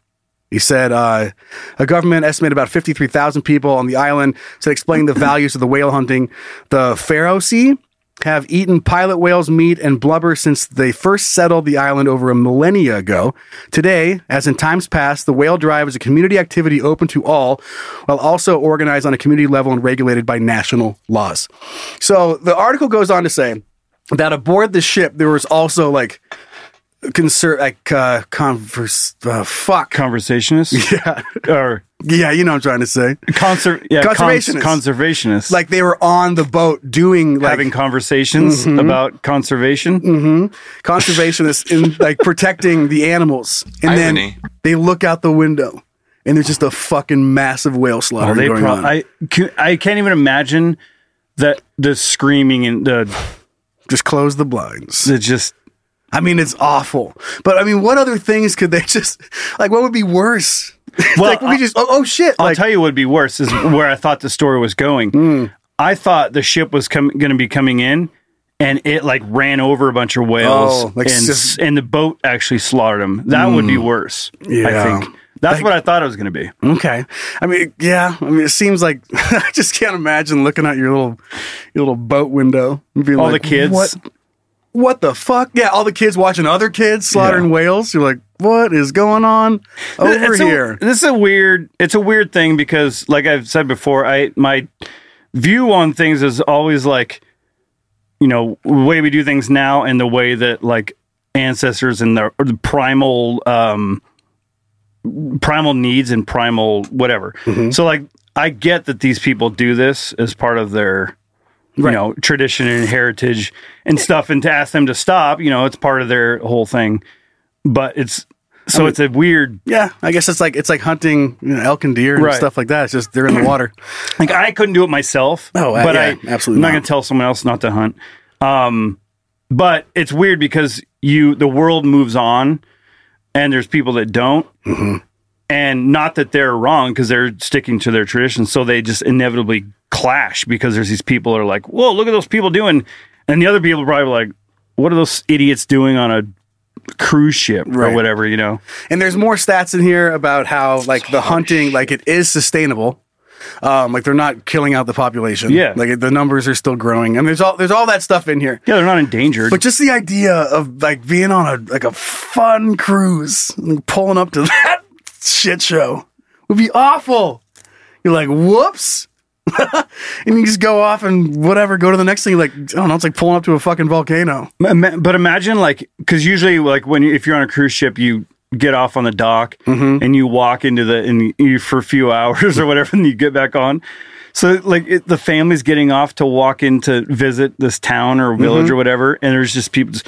Speaker 2: He said uh, a government estimated about 53,000 people on the island said explaining the values of the whale hunting. The Faroe Sea have eaten pilot whales' meat and blubber since they first settled the island over a millennia ago. Today, as in times past, the whale drive is a community activity open to all, while also organized on a community level and regulated by national laws. So the article goes on to say that aboard the ship, there was also like concern, like uh, converse, uh, fuck,
Speaker 3: Conversationist? Yeah. Or
Speaker 2: yeah, you know what I'm trying to say.
Speaker 3: conser- yeah, cons-
Speaker 2: Conservationist.
Speaker 3: conservationist.
Speaker 2: Like they were on the boat doing like Mm-hmm.
Speaker 3: having conversations about conservation.
Speaker 2: conservationists in like protecting the animals. And
Speaker 4: Irony.
Speaker 2: then they look out the window and there's just a fucking massive whale slaughter
Speaker 3: Well, they
Speaker 2: going
Speaker 3: pro-
Speaker 2: on.
Speaker 3: I, can, I can't even imagine that the screaming and the,
Speaker 2: just close the blinds.
Speaker 3: the just
Speaker 2: I mean, it's awful. But I mean, what other things could they just like? What would be worse?
Speaker 3: Well,
Speaker 2: like we just oh, oh shit!
Speaker 3: Uh, I'll
Speaker 2: like Mm.
Speaker 3: tell you what would be worse is where I thought the story was going. I thought the ship was com- going to be coming in and it like ran over a bunch of whales
Speaker 2: Oh, like
Speaker 3: and,
Speaker 2: sis- Mm.
Speaker 3: and the boat actually slaughtered them. That would be worse.
Speaker 2: Yeah.
Speaker 3: I think. That's what I thought it was going to be.
Speaker 2: okay. I mean, yeah. I mean, it seems like I just can't imagine looking out your little your little boat window. And being
Speaker 3: All
Speaker 2: like,
Speaker 3: the kids.
Speaker 2: What what the fuck? Yeah, all the kids watching other kids slaughtering
Speaker 3: Yeah.
Speaker 2: whales. You're like, what is going on over
Speaker 3: It's a-
Speaker 2: here?
Speaker 3: this is a weird. It's a weird thing because, like I've said before, I my view on things is always like, you know, the way we do things now and the way that like ancestors and their or the primal um, primal needs and primal whatever.
Speaker 2: Mm-hmm.
Speaker 3: So like, I get that these people do this as part of their. You know, tradition and heritage and stuff, and to ask them to stop, you know, it's part of their whole thing. But it's so it's a weird
Speaker 2: yeah, I guess it's like it's like hunting you know, elk and deer and
Speaker 3: Right.
Speaker 2: stuff like that. It's just they're in the water.
Speaker 3: Like I couldn't do it myself.
Speaker 2: Oh, uh,
Speaker 3: but
Speaker 2: yeah,
Speaker 3: I
Speaker 2: absolutely
Speaker 3: I'm not,
Speaker 2: not.
Speaker 3: gonna tell someone else not to hunt. Um, but it's weird because you the world moves on, and there's people that don't,
Speaker 2: Mm-hmm.
Speaker 3: and not that they're wrong because they're sticking to their traditions. So they just inevitably clash because there's these people that are like, "Whoa, look at those people doing," and the other people are probably like, "What are those idiots doing on a?" cruise ship
Speaker 2: Right.
Speaker 3: or whatever you know
Speaker 2: And there's more stats in here about how like the hunting, like it is sustainable. Um, like they're not killing out the population.
Speaker 3: Yeah.
Speaker 2: like the numbers are still growing, and there's all there's all that stuff in here.
Speaker 3: yeah they're not endangered
Speaker 2: But just the idea of like being on a like a fun cruise, and pulling up to that shit show would be awful. You're like, whoops. and you just go off and whatever, go to the next thing. Like, I don't know, it's like pulling up to a fucking volcano.
Speaker 3: Ma- ma- But imagine like because usually like when you, if you're on a cruise ship you get off on the dock
Speaker 2: Mm-hmm.
Speaker 3: and you walk into the and you for a few hours or whatever and you get back on. So like it, the family's getting off to walk in to visit this town or village
Speaker 2: Mm-hmm.
Speaker 3: or whatever, and there's just people just,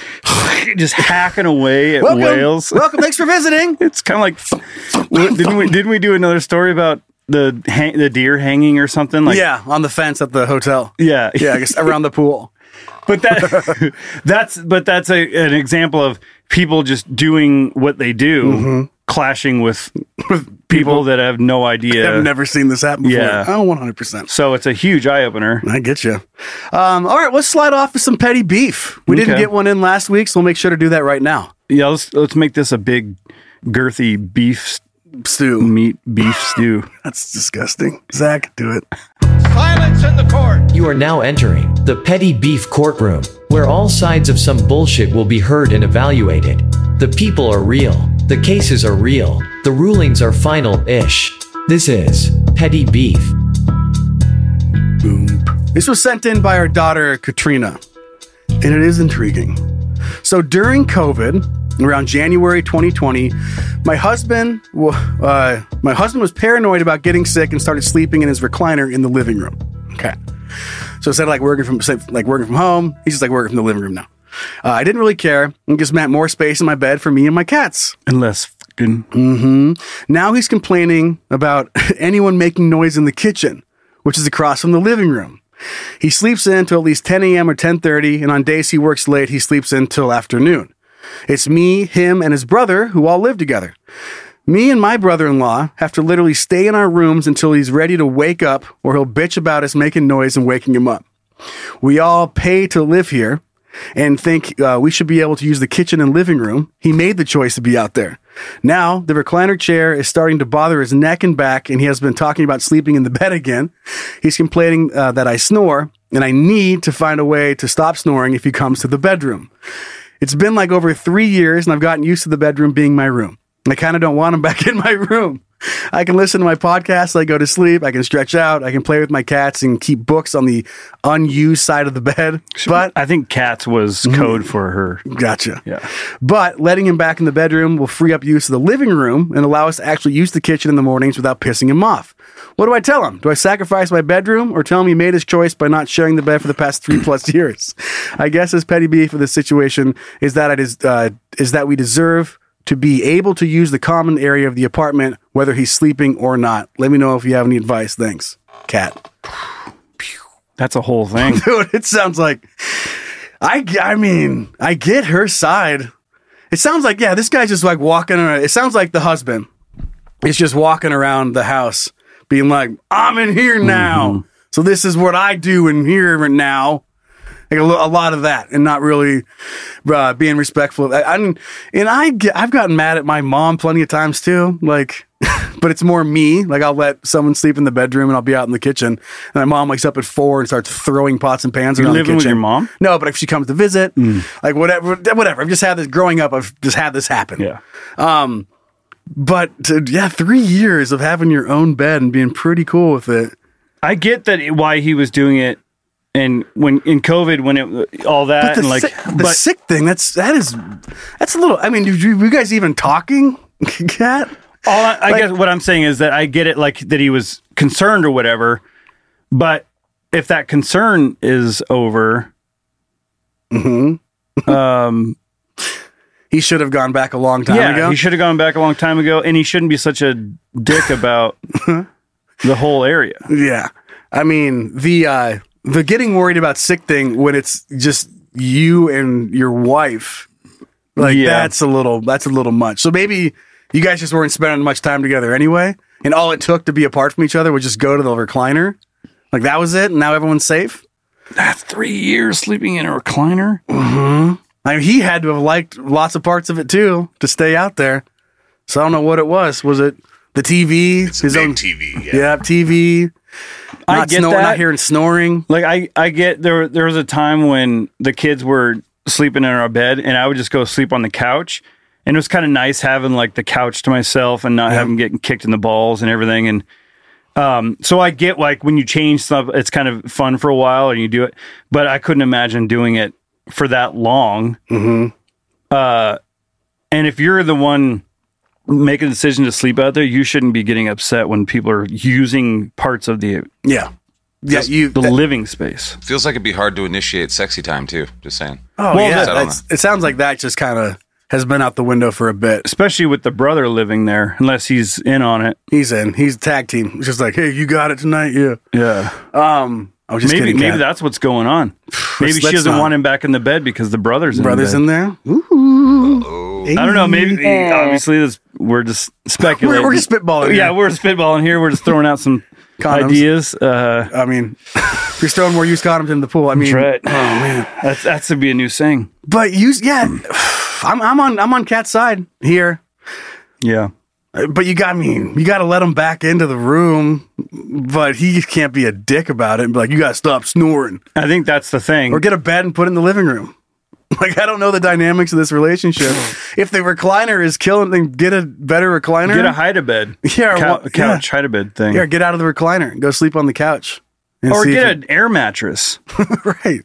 Speaker 3: just hacking away at
Speaker 2: Welcome.
Speaker 3: whales.
Speaker 2: Welcome. Thanks for visiting.
Speaker 3: It's kind of like w- didn't we didn't we do another story about the hang, the deer hanging or something like
Speaker 2: yeah, on the fence at the hotel.
Speaker 3: yeah
Speaker 2: Yeah, I guess around the pool.
Speaker 3: but that that's but that's a, an example of people just doing what they do clashing with Mm-hmm. people, that have no idea
Speaker 2: I've never seen this happen before.
Speaker 3: Yeah.
Speaker 2: Oh, 100%.
Speaker 3: so it's a huge eye-opener
Speaker 2: I get you. Um, all right, let's slide off with some petty beef. We didn't
Speaker 3: Okay.
Speaker 2: get one in last week, so we'll make sure to do that right now.
Speaker 3: yeah let's let's make this a big girthy beef s-
Speaker 2: Stu,
Speaker 3: meat beef stew
Speaker 2: that's disgusting. Zach, do it.
Speaker 9: Silence in the court!
Speaker 5: You are now entering the Petty Beef Courtroom, where all sides of some bullshit will be heard and evaluated. The people are real, the cases are real, the rulings are final ish. This is Petty Beef.
Speaker 2: Boom. This was sent in by our daughter, Katrina, and it is intriguing. So during COVID, around January 2020, my husband, wa- uh, my husband was paranoid about getting sick and started sleeping in his recliner in the living room. Okay. So instead of like working from say, like working from home, he's just like working from the living room now. Uh, I didn't really care. It just meant more space in my bed for me and my cats.
Speaker 3: Unless fucking.
Speaker 2: Now he's complaining about anyone making noise in the kitchen, which is across from the living room. He sleeps in till at least 10 a.m. or 10:30, and on days he works late, he sleeps in till afternoon. It's me, him, and his brother who all live together. Me and my brother-in-law have to literally stay in our rooms until he's ready to wake up, or he'll bitch about us making noise and waking him up. We all pay to live here and think uh, we should be able to use the kitchen and living room. He made the choice to be out there. Now, the recliner chair is starting to bother his neck and back, and he has been talking about sleeping in the bed again. He's complaining uh, that I snore, and I need to find a way to stop snoring if he comes to the bedroom. It's been like over three years, and I've gotten used to the bedroom being my room. I kind of don't want him back in my room. I can listen to my podcast, I go to sleep, I can stretch out, I can play with my cats and keep books on the unused side of the bed. But
Speaker 3: I think cats was code for her.
Speaker 2: Gotcha.
Speaker 3: Yeah.
Speaker 2: But letting him back in the bedroom will free up use of the living room and allow us to actually use the kitchen in the mornings without pissing him off. What do I tell him? Do I sacrifice my bedroom or tell him he made his choice by not sharing the bed for the past three plus years? I guess his petty beef for this situation is that it is uh, is that we deserve to be able to use the common area of the apartment, whether he's sleeping or not. Let me know if you have any advice. Thanks, cat.
Speaker 3: That's a whole thing.
Speaker 2: Dude, it sounds like I I mean, I get her side. It sounds like yeah, this guy's just like walking around. It sounds like the husband is just walking around the house being like, "I'm in here now." So this is what I do in here right now. Like a, lo- a lot of that, and not really uh, being respectful. Of, I, I'm, and I get, I've gotten mad at my mom plenty of times too. Like, but it's more me. Like I'll let someone sleep in the bedroom, and I'll be out in the kitchen. And my mom wakes up at four and starts throwing pots and pans
Speaker 3: You're
Speaker 2: around
Speaker 3: living
Speaker 2: the
Speaker 3: with
Speaker 2: kitchen.
Speaker 3: your mom? Hmm.
Speaker 2: No, but if she comes to visit, like whatever, whatever. I've just had this growing up. I've just had this happen. Um,
Speaker 3: yeah.
Speaker 2: But dude, yeah, three years of having your own bed and being pretty cool with it.
Speaker 3: I get that it- why he was doing it, and when in COVID, when it all
Speaker 2: But
Speaker 3: that
Speaker 2: the,
Speaker 3: and like,
Speaker 2: sick, the
Speaker 3: but
Speaker 2: sick thing that's that is that's a little. I mean, do you, you guys even talking, cat?
Speaker 3: all I, I
Speaker 2: like-
Speaker 3: guess what I'm saying is that I get it, like that he was concerned or whatever, but if that concern is over,
Speaker 2: He should have gone back a long time
Speaker 3: yeah,
Speaker 2: ago.
Speaker 3: he should have gone back a long time ago, and he shouldn't be such a dick about the whole area.
Speaker 2: Yeah. I mean, the uh the getting worried about sick thing when it's just you and your wife. Like
Speaker 3: Yeah.
Speaker 2: that's a little that's a little much. So maybe you guys just weren't spending much time together anyway, and all it took to be apart from each other was just go to the recliner. Like that was it, and now everyone's safe.
Speaker 3: That's three years sleeping in a recliner.
Speaker 2: Mm-hmm. I mean, he had to have liked lots of parts of it too to stay out there. So I don't know what it was. Was it the TV?
Speaker 10: It's his own TV. Yeah.
Speaker 2: Yeah, TV. Not
Speaker 3: I get that.
Speaker 2: Not hearing snoring.
Speaker 3: Like I, I get there. There was a time when the kids were sleeping in our bed, and I would just go sleep on the couch, and it was kind of nice having like the couch to myself and not having getting kicked in the balls and everything. And um, so I get like when you change stuff, it's kind of fun for a while, and you do it. But I couldn't imagine doing it for that long. Mm-hmm. Uh, and if you're the one making the decision to sleep out there, you shouldn't be getting upset when people are using parts of the
Speaker 2: Yeah. Yeah, you
Speaker 3: the
Speaker 2: that-
Speaker 3: living space.
Speaker 4: Feels like it'd be hard to initiate sexy time too. Just saying.
Speaker 3: Uh,
Speaker 2: Oh
Speaker 4: Well,
Speaker 2: yeah,
Speaker 4: that's- I don't
Speaker 2: that's, it sounds like that just kind of has been out the window for a bit.
Speaker 3: especially with the brother living there, unless he's in on it.
Speaker 2: He's in. He's tag team. It's just like, hey, you got it tonight, yeah.
Speaker 3: Yeah,
Speaker 2: Um, I was just
Speaker 3: maybe
Speaker 2: kidding.
Speaker 3: maybe
Speaker 2: Kat.
Speaker 3: that's what's going on. Maybe she
Speaker 2: let's
Speaker 3: doesn't
Speaker 2: not.
Speaker 3: want him back in the bed because the brother's in
Speaker 2: brothers
Speaker 3: the
Speaker 2: in
Speaker 3: bed.
Speaker 2: there. Ooh,
Speaker 3: I don't know. Maybe obviously this, we're just speculating.
Speaker 2: We're- we're just spitballing
Speaker 3: Yeah,
Speaker 2: here.
Speaker 3: we're spitballing here. We're just throwing out some
Speaker 2: Condoms.
Speaker 3: ideas. Uh,
Speaker 2: I mean, if you're throwing more used condoms in the pool. I mean,
Speaker 3: right.
Speaker 2: oh man.
Speaker 3: that's that's to be a new saying.
Speaker 2: But use, yeah. I'm, I'm on I'm on Cat's side here.
Speaker 3: Yeah,
Speaker 2: But you got I mean, you got to let him back into the room. But he can't be a dick about it and be like, you got to stop snoring.
Speaker 3: I think that's the thing.
Speaker 2: or get a bed and put it in the living room. Like I don't know the dynamics of this relationship. if the recliner is killing, then get a better recliner.
Speaker 3: Get a hide a bed.
Speaker 2: Yeah,
Speaker 3: Cou-
Speaker 2: well, yeah.
Speaker 3: couch hide a bed thing.
Speaker 2: yeah, get out of the recliner. and Go sleep on the couch. and
Speaker 3: or
Speaker 2: see if
Speaker 3: get
Speaker 2: it-
Speaker 3: an air mattress.
Speaker 2: right.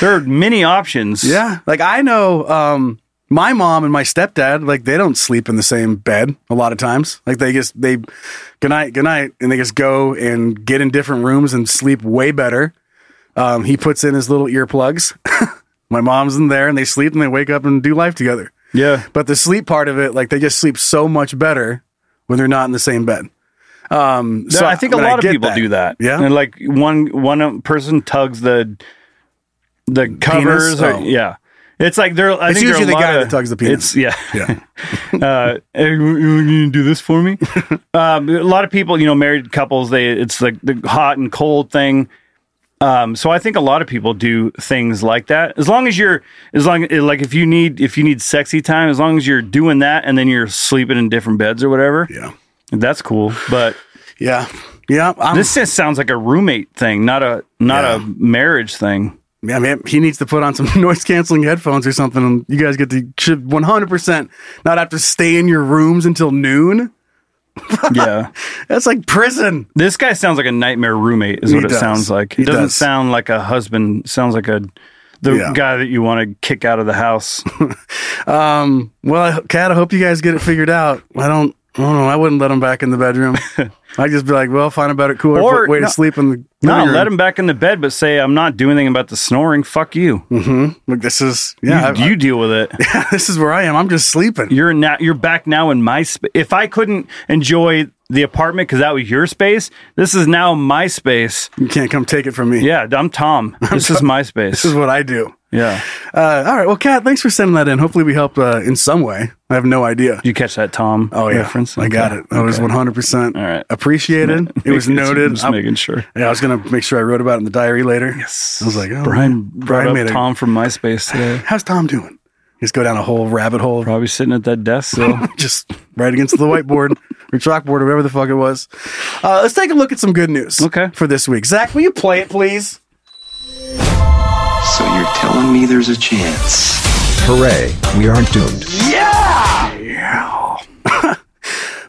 Speaker 3: There are many options.
Speaker 2: Yeah. Like I know um my mom and my stepdad, like they don't sleep in the same bed a lot of times. Like they just they good night, good night, and they just go and get in different rooms and sleep way better. Um he puts in his little earplugs. my mom's in there and they sleep and they wake up and do life together.
Speaker 3: yeah.
Speaker 2: But the sleep part of it, like they just sleep so much better when they're not in the same bed. Um, so
Speaker 3: I think a
Speaker 2: mean,
Speaker 3: lot of
Speaker 2: get
Speaker 3: people do that.
Speaker 2: Yeah,
Speaker 3: and like one one uh, person tugs the the covers. Or,
Speaker 2: Oh.
Speaker 3: Yeah, it's like they're. I
Speaker 2: It's
Speaker 3: think there are
Speaker 2: usually
Speaker 3: a
Speaker 2: the
Speaker 3: lot
Speaker 2: guy
Speaker 3: of-
Speaker 2: that tugs the penis.
Speaker 3: It's, yeah,
Speaker 2: yeah.
Speaker 3: uh, hey, you gonna do this for me? um, a lot of people, you know, married couples, they it's like the hot and cold thing. Um, so I think a lot of people do things like that. As long as you're, as long eh, like if you need if you need sexy time, as long as you're doing that, and then you're sleeping in different beds or whatever,
Speaker 2: Yeah.
Speaker 3: that's cool. But
Speaker 2: yeah, yeah. I'm,
Speaker 3: this just sounds like a roommate thing, not a not a marriage thing.
Speaker 2: yeah, man, he needs to put on some noise canceling headphones or something. And you guys get to should one hundred percent not have to stay in your rooms until noon.
Speaker 3: Yeah,
Speaker 2: That's like prison.
Speaker 3: this guy sounds like a nightmare roommate. Is
Speaker 2: He
Speaker 3: what
Speaker 2: does.
Speaker 3: it sounds like.
Speaker 2: He
Speaker 3: He doesn't
Speaker 2: does.
Speaker 3: sound like a husband. Sounds like a the
Speaker 2: Yeah.
Speaker 3: guy that you want to kick out of the house.
Speaker 2: Um, well, I- Kat, I hope you guys get it figured out. I don't. I don't know. I wouldn't let him back in the bedroom. I'd just be like, well, find a better, cooler
Speaker 3: Or-
Speaker 2: way
Speaker 3: no-
Speaker 2: to sleep in the.
Speaker 3: no,
Speaker 2: living
Speaker 3: let
Speaker 2: room.
Speaker 3: him back in the bed, but say I'm not doing anything about the snoring. Fuck you.
Speaker 2: Like this is yeah.
Speaker 3: you,
Speaker 2: I-
Speaker 3: you deal with it.
Speaker 2: this is where I am. I'm just sleeping.
Speaker 3: You're now you're back now in my space. If I couldn't enjoy the apartment because that was your space, this is now my space.
Speaker 2: You can't come take it from me.
Speaker 3: Yeah, I'm Tom. This is my space.
Speaker 2: This is what I do.
Speaker 3: yeah.
Speaker 2: Uh, all right. Well, Kat, thanks for sending that in. Hopefully, we helped uh, in some way. I have no idea.
Speaker 3: Did you catch that Tom
Speaker 2: Oh, yeah.
Speaker 3: reference?
Speaker 2: I got
Speaker 3: Okay.
Speaker 2: it. That was
Speaker 3: Okay.
Speaker 2: 100%
Speaker 3: All right.
Speaker 2: appreciated. It was
Speaker 3: Just-
Speaker 2: noted.
Speaker 3: Just
Speaker 2: I'm-
Speaker 3: making sure.
Speaker 2: yeah, I was going to make sure I wrote about it in the diary later. Yes. I was like, oh,
Speaker 3: Brian
Speaker 2: Brian
Speaker 3: brought up
Speaker 2: made a-
Speaker 3: Tom from MySpace today.
Speaker 2: how's Tom doing? Just go down a whole rabbit hole,
Speaker 3: Probably sitting at that desk. So
Speaker 2: just right against the whiteboard or chalkboard or whatever the fuck it was. Uh, let's take a look at some good news
Speaker 3: Okay.
Speaker 2: for this week. Zach, will you play it, please?
Speaker 9: So you're telling me there's a chance?
Speaker 10: Hooray, we aren't doomed.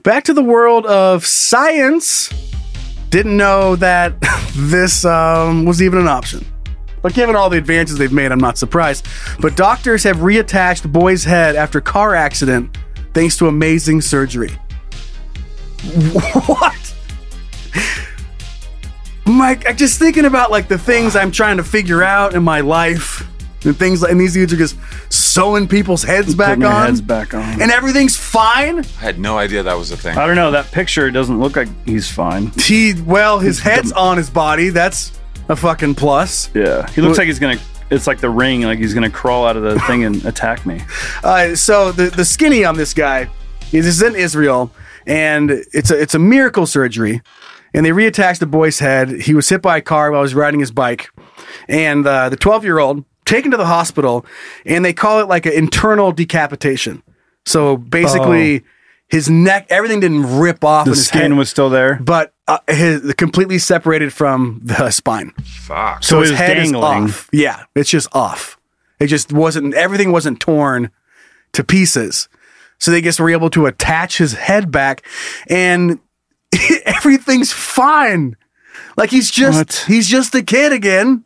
Speaker 2: back to the world of science. Didn't know that this um, was even an option. But given all the advances they've made, I'm not surprised. But doctors have reattached boy's head after car accident thanks to amazing surgery. What? Mike, I'm just thinking about like the things I'm trying to figure out in my life and things like, and these dudes are just sewing people's heads back
Speaker 3: putting their
Speaker 2: on
Speaker 3: heads back on.
Speaker 2: and everything's fine.
Speaker 4: I had no idea that was a thing.
Speaker 3: I don't know. That picture doesn't look like he's fine.
Speaker 2: He well, his head's on his body. That's a fucking plus.
Speaker 3: Yeah, he looks like he's gonna. It's like the ring. Like he's gonna crawl out of the thing and attack me.
Speaker 2: Uh, so the the skinny on this guy is is in Israel, and it's a it's a miracle surgery, and they reattached the boy's head. He was hit by a car while he was riding his bike, and uh, the twelve year old taken to the hospital, and they call it like an internal decapitation. So basically. His neck, everything didn't rip off.
Speaker 3: Oh. The
Speaker 2: and his
Speaker 3: skin
Speaker 2: head,
Speaker 3: was still there,
Speaker 2: but uh, his completely separated from the spine.
Speaker 4: Fuck.
Speaker 2: So
Speaker 3: it
Speaker 2: his
Speaker 3: was
Speaker 2: head
Speaker 3: dangling.
Speaker 2: is off. Yeah, it's just off. It just wasn't. Everything wasn't torn to pieces. So they just were able to attach his head back, and everything's fine. Like he's just
Speaker 3: What?
Speaker 2: he's just a kid again,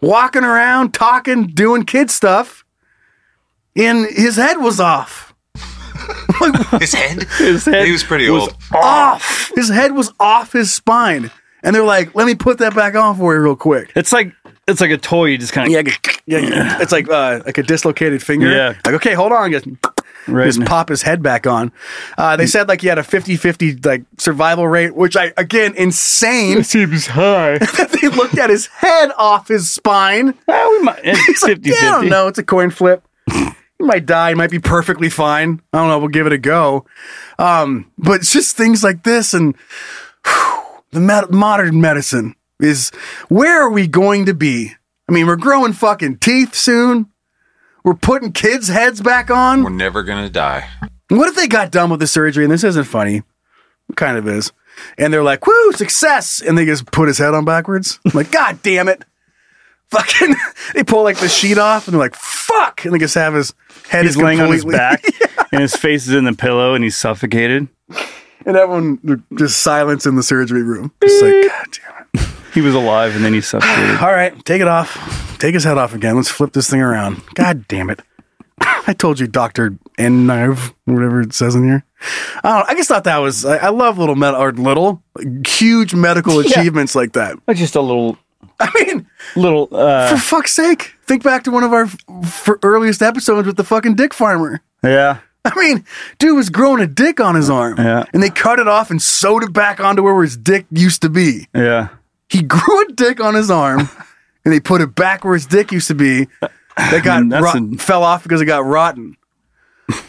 Speaker 2: walking around, talking, doing kid stuff, and his head was off.
Speaker 3: uh,
Speaker 4: His head?
Speaker 3: His head
Speaker 4: he was pretty old.
Speaker 2: Off. His head was off his spine, and they're like, "Let me put that back on for you real quick."
Speaker 3: It's like it's like a toy. You just kind of
Speaker 2: Yeah, like- yeah, yeah. it's like uh, like a dislocated finger.
Speaker 3: Yeah.
Speaker 2: Like, okay, hold on. Just,
Speaker 3: Right.
Speaker 2: just pop his head back on. Uh, they said like he had a 50-50 like survival rate, which I again insane.
Speaker 3: seems high.
Speaker 2: they looked at his head off his spine.
Speaker 3: well, we might, it's
Speaker 2: It's
Speaker 3: 50
Speaker 2: like, yeah, I don't know. It's a coin flip. He might die. He might be perfectly fine. I don't know. We'll give it a go. Um, but it's just things like this and whew, the med- modern medicine is where are we going to be? I mean, we're growing fucking teeth soon. We're putting kids' heads back on.
Speaker 4: We're never going to die.
Speaker 2: What if they got done with the surgery and this isn't funny? It kind of is. And they're like, woo, success. And they just put his head on backwards. I'm like, God damn it. Fucking, they pull like the sheet off and they're like, fuck. And they just have his head is
Speaker 3: He's laying on his
Speaker 2: completely-
Speaker 3: back, and his face is in the pillow, and he's suffocated.
Speaker 2: and everyone just silence in the surgery room. Just like, God damn it.
Speaker 3: He was alive and then he suffocated.
Speaker 2: All right, take it off. Take his head off again. Let's flip this thing around. God damn it. I told you, Dr. N Knife, whatever it says in here. I don't know. I just thought that was, I, I love little, med- or little, huge medical
Speaker 3: Yeah.
Speaker 2: achievements like that.
Speaker 3: That's just a little.
Speaker 2: I mean,
Speaker 3: little.
Speaker 2: For
Speaker 3: Uh,
Speaker 2: fuck's sake, think back to one of our f- f- earliest episodes with the fucking dick farmer.
Speaker 3: yeah.
Speaker 2: I mean, dude was growing a dick on his arm.
Speaker 3: Yeah.
Speaker 2: And they cut it off and sewed it back onto where his dick used to be.
Speaker 3: Yeah.
Speaker 2: He grew a dick on his arm and they put it back where his dick used to be. That got
Speaker 3: mean, that's
Speaker 2: rot-
Speaker 3: an-
Speaker 2: fell off because it got rotten.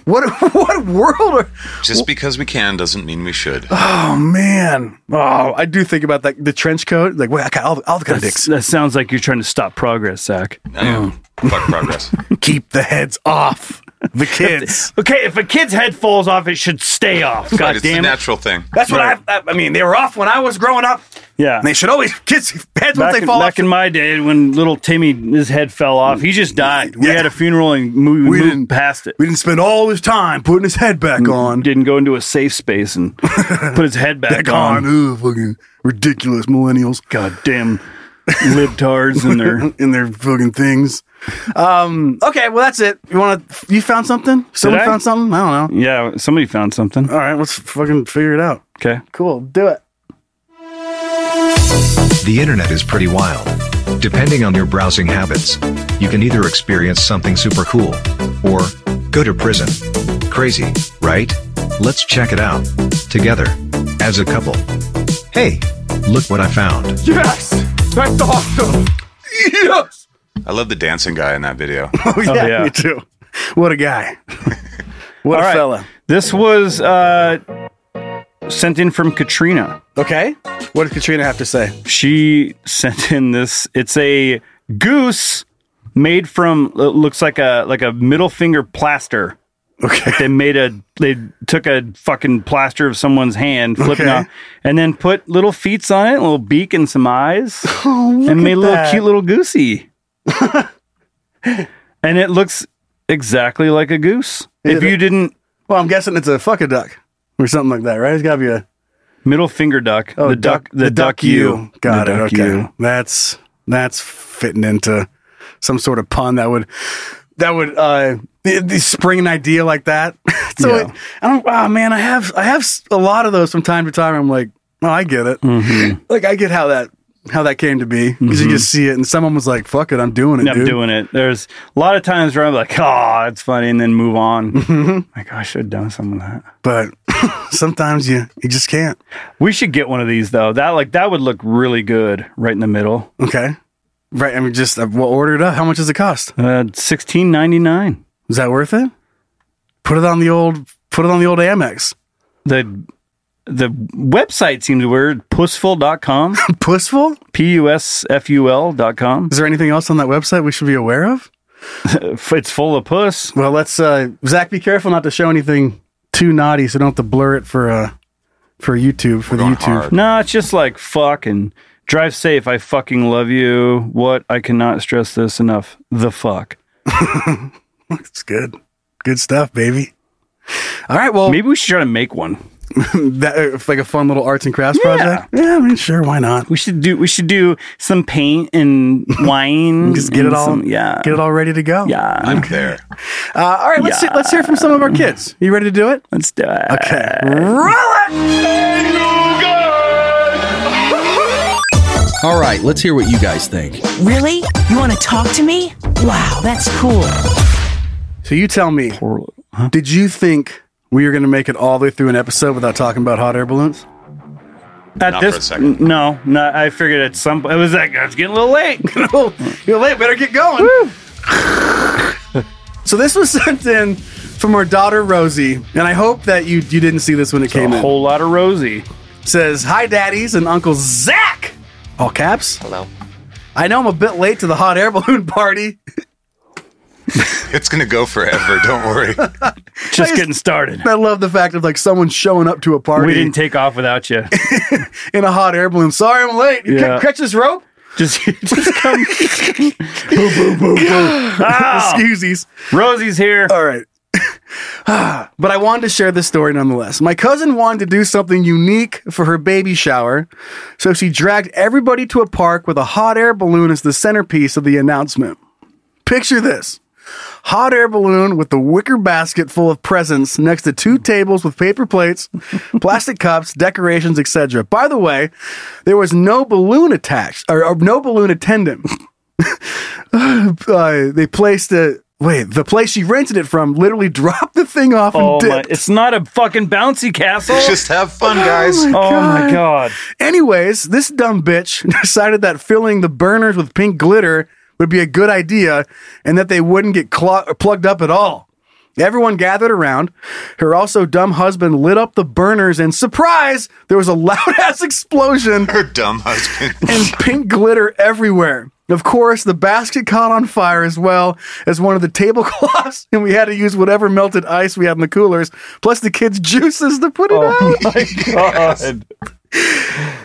Speaker 2: What what world are
Speaker 4: Just because we can doesn't mean we should.
Speaker 3: Uh,
Speaker 2: Oh man. Oh, I do think about that the trench coat. Like, wait, I got all, all the kind of dicks.
Speaker 3: That's- That sounds like you're trying to stop progress, Zach.
Speaker 4: I am.
Speaker 3: mm.
Speaker 4: Fuck progress.
Speaker 2: Keep the heads off. The kids.
Speaker 3: Okay, if a kid's head falls off, it should stay off.
Speaker 4: Right,
Speaker 3: God
Speaker 4: it's the
Speaker 3: damn it.
Speaker 4: natural thing.
Speaker 2: That's what I, I I mean, they were off when I was growing up.
Speaker 3: Yeah.
Speaker 2: And they should always kids heads once
Speaker 3: Back,
Speaker 2: they
Speaker 3: in,
Speaker 2: fall off.
Speaker 3: back in my day, when little Timmy, his head fell off, he just died. We
Speaker 2: Yeah.
Speaker 3: had a funeral and mo- we, moved past it. Mm,
Speaker 2: We didn't spend all his time putting his head back on.
Speaker 3: Didn't go into a safe space and put his head back,
Speaker 2: Back
Speaker 3: on.
Speaker 2: on. Ooh, fucking ridiculous millennials.
Speaker 3: God damn libtards and their.
Speaker 2: in their fucking things. Um, okay, well that's it. You want to? You found something? Someone
Speaker 3: I?
Speaker 2: found something? I don't know.
Speaker 3: Yeah, somebody found something.
Speaker 2: All right, let's fucking figure it out.
Speaker 3: Okay.
Speaker 2: Cool, do it.
Speaker 10: The internet is pretty wild. Depending on your browsing habits, you can either experience something super cool or go to prison. Crazy, right? Let's check it out together as a couple. Hey, look what I found.
Speaker 2: Yes, that's awesome. Yes.
Speaker 4: I love the dancing guy in that video.
Speaker 2: Oh yeah,
Speaker 3: yeah.
Speaker 2: me too. What a guy. what
Speaker 3: All
Speaker 2: a
Speaker 3: right.
Speaker 2: fella.
Speaker 3: This was uh, sent in from Katrina.
Speaker 2: Okay. What did Katrina have to say?
Speaker 3: she sent in this it's a goose made from it looks like a like a middle finger plaster
Speaker 2: Okay.
Speaker 3: they made a they took a fucking plaster of someone's hand flipping
Speaker 2: Okay.
Speaker 3: off and then put little feet on it a little beak and some eyes and made a little
Speaker 2: Oh, that.
Speaker 3: cute little goosey and it looks exactly like a goose if
Speaker 2: it-
Speaker 3: you didn't
Speaker 2: Well, I'm guessing it's a fuck a duck or something like that, right? It's got to be a
Speaker 3: middle finger duck
Speaker 2: Oh,
Speaker 3: the duck, the, duck, you
Speaker 2: Got
Speaker 3: The
Speaker 2: it.
Speaker 3: duck
Speaker 2: okay.
Speaker 3: you.
Speaker 2: That's that's fitting into some sort of pun that would that would uh th- th- spring an idea like that. so
Speaker 3: Yeah.
Speaker 2: it, I don't. Oh man, I have I have s- a lot of those from time to time. I'm like, oh, I get it.
Speaker 3: Mm-hmm.
Speaker 2: Like I get how that how that came to be because you just see it and someone was like, fuck it, I'm doing it,
Speaker 3: I'm
Speaker 2: dude.
Speaker 3: doing it. There's a lot of times where I'm like, oh, it's funny, and then move on.
Speaker 2: Mm-hmm.
Speaker 3: My gosh, I should have done some of that.
Speaker 2: But sometimes you you just can't.
Speaker 3: We should get one of these though. That like that would look really good right in the middle.
Speaker 2: Okay. Right, I mean, just uh, well, order it up. How much does it cost?
Speaker 3: Uh, Sixteen ninety nine.
Speaker 2: Is that worth it? Put it on the old, put it on the old Amex.
Speaker 3: The the website seems weird. Pussful.com.
Speaker 2: Pussful?
Speaker 3: P U S F U L dot com.
Speaker 2: Is there anything else on that website we should be aware of?
Speaker 3: It's full of puss.
Speaker 2: Well, let's uh Zach, be careful not to show anything too naughty, so don't have to blur it for uh for YouTube for the
Speaker 4: going
Speaker 2: YouTube.
Speaker 4: hard.
Speaker 3: No, it's just like fuck and drive safe. I fucking love you. What I cannot stress this enough. The fuck.
Speaker 2: It's good, good stuff, baby. All right, well,
Speaker 3: Maybe we should try to make one.
Speaker 2: that, uh, like a fun little arts and crafts
Speaker 3: Yeah.
Speaker 2: project. Yeah, I mean, sure, why not?
Speaker 3: We should do we should do some paint and wine.
Speaker 2: Just get
Speaker 3: and
Speaker 2: it all,
Speaker 3: some- yeah.
Speaker 2: get it all ready to go.
Speaker 3: yeah.
Speaker 4: I'm there.
Speaker 2: Uh, all right, let's see, let's hear from some of our kids. You ready to do it?
Speaker 3: Let's do it.
Speaker 2: Okay, roll it.
Speaker 11: All right, let's hear what you guys think.
Speaker 12: Really? You want to talk to me? Wow, that's cool.
Speaker 2: So you tell me, did you think we were going to make it all the way through an episode without talking about hot air balloons?
Speaker 3: At
Speaker 4: Not for a second.
Speaker 3: n- No, no, I figured at some point it was like it's getting a little late.
Speaker 2: Oh, you're late. Better get going. so this was sent in from our daughter Rosie, and I hope that you you didn't see this when it came
Speaker 3: a
Speaker 2: in.
Speaker 3: whole lot of Rosie.
Speaker 2: Says hi, daddies and Uncle Zach. All caps. Hello. I know I'm a bit late to the hot air balloon party.
Speaker 4: It's going to go forever. Don't worry.
Speaker 3: Just getting started.
Speaker 2: I love the fact of like someone showing up to a party
Speaker 3: We didn't take off without you.
Speaker 2: in a hot air balloon. Sorry, I'm late. You ca-
Speaker 3: Yeah.
Speaker 2: catch this rope.
Speaker 3: Just, just come. Ah,
Speaker 2: Excuseies.
Speaker 3: Rosie's here.
Speaker 2: All right. but I wanted to share this story nonetheless. My cousin wanted to do something unique for her baby shower, so she dragged everybody to a park with a hot air balloon as the centerpiece of the announcement. Picture this hot air balloon with the wicker basket full of presents next to two tables with paper plates, plastic cups, decorations, etc. By the way, there was no balloon attached or, or no balloon attendant. uh, they placed a wait. The place she rented it from literally dropped the thing off
Speaker 3: Oh
Speaker 2: and
Speaker 3: my!
Speaker 2: dipped.
Speaker 3: It's not a fucking bouncy castle.
Speaker 4: Just have fun, guys.
Speaker 3: Oh my god!
Speaker 2: Anyways, this dumb bitch decided that filling the burners with pink glitter would be a good idea, and that they wouldn't get clo- plugged up at all. Everyone gathered around. Her also dumb husband lit up the burners, and surprise, there was a loud ass explosion.
Speaker 4: Her dumb husband.
Speaker 2: and pink glitter everywhere. Of course, the basket caught on fire as well as one of the tablecloths, and we had to use whatever melted ice we had in the coolers, plus the kids' juices to put it out.
Speaker 3: God.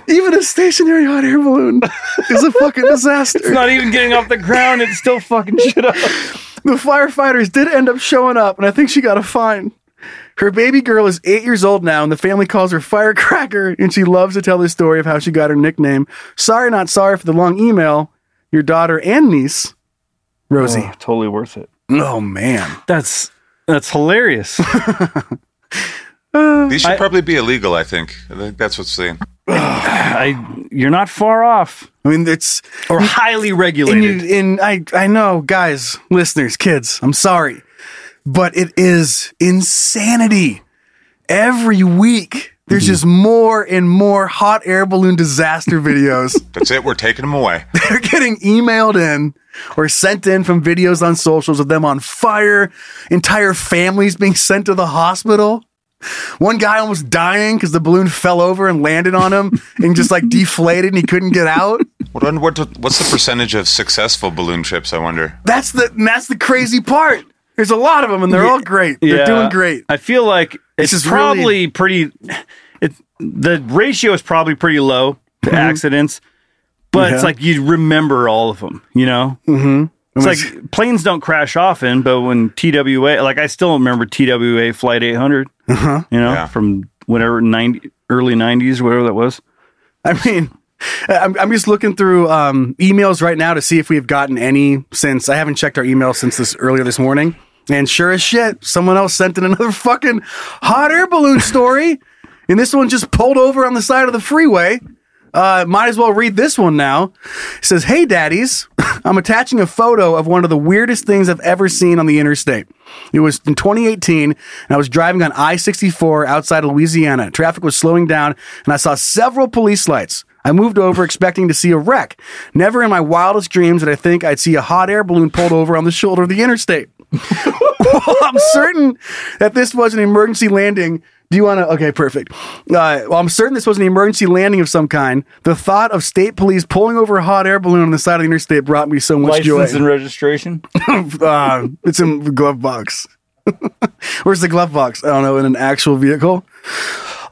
Speaker 2: Even a stationary hot air balloon is a fucking disaster.
Speaker 3: It's not even getting off the ground. It's still fucking shit up.
Speaker 2: the firefighters did end up showing up, and I think she got a fine. Her baby girl is eight years old now, and the family calls her Firecracker, and she loves to tell the story of how she got her nickname. Sorry, not sorry for the long email. Your daughter and niece, Rosie.
Speaker 3: Oh, totally worth it.
Speaker 2: Oh man,
Speaker 3: that's that's hilarious.
Speaker 4: These should probably be illegal, I think. I think that's what's saying.
Speaker 3: I you're not far off.
Speaker 2: I mean, it's
Speaker 3: or highly
Speaker 2: And,
Speaker 3: regulated.
Speaker 2: you, and I, I know, guys, listeners, kids, I'm sorry, but it is insanity. Every week, there's just more and more hot air balloon disaster videos.
Speaker 4: That's it. We're taking them away.
Speaker 2: They're getting emailed in or sent in from videos on socials of them on fire, entire families being sent to the hospital. One guy almost dying because the balloon fell over and landed on him and just like deflated and he couldn't get out.
Speaker 4: What, what, what's the percentage of successful balloon trips? I wonder.
Speaker 2: That's the that's the crazy part. There's a lot of them, and they're all great. They're
Speaker 3: Yeah.
Speaker 2: doing great.
Speaker 3: I feel like
Speaker 2: This
Speaker 3: it's
Speaker 2: is
Speaker 3: probably
Speaker 2: really-
Speaker 3: pretty. It the ratio is probably pretty low to accidents, but
Speaker 2: Mm-hmm.
Speaker 3: it's
Speaker 2: Yeah.
Speaker 3: like you remember all of them. You know,
Speaker 2: Mm-hmm.
Speaker 3: it's like planes don't crash often, but when TWA, like I still remember TWA Flight 800.
Speaker 2: Uh-huh.
Speaker 3: You know, from whatever ninety early nineties, whatever that was.
Speaker 2: I mean, I'm, I'm just looking through um, emails right now to see if we've gotten any since I haven't checked our email since this earlier this morning. And sure as shit, someone else sent in another fucking hot air balloon story. and this one just pulled over on the side of the freeway. Uh, might as well read this one now. It says, Hey, daddies, I'm attaching a photo of one of the weirdest things I've ever seen on the interstate. It was in 2018, and I was driving on I 64 outside Louisiana. Traffic was slowing down, and I saw several police lights. I moved over expecting to see a wreck. Never in my wildest dreams did I think I'd see a hot air balloon pulled over on the shoulder of the interstate. well, I'm certain that this was an emergency landing. Do you want to? Okay, perfect. Uh, well, I'm certain this was an emergency landing of some kind. The thought of state police pulling over a hot air balloon on the side of the interstate brought me so much
Speaker 3: License
Speaker 2: joy.
Speaker 3: and registration.
Speaker 2: uh, it's in the glove box. Where's the glove box? I don't know. In an actual vehicle.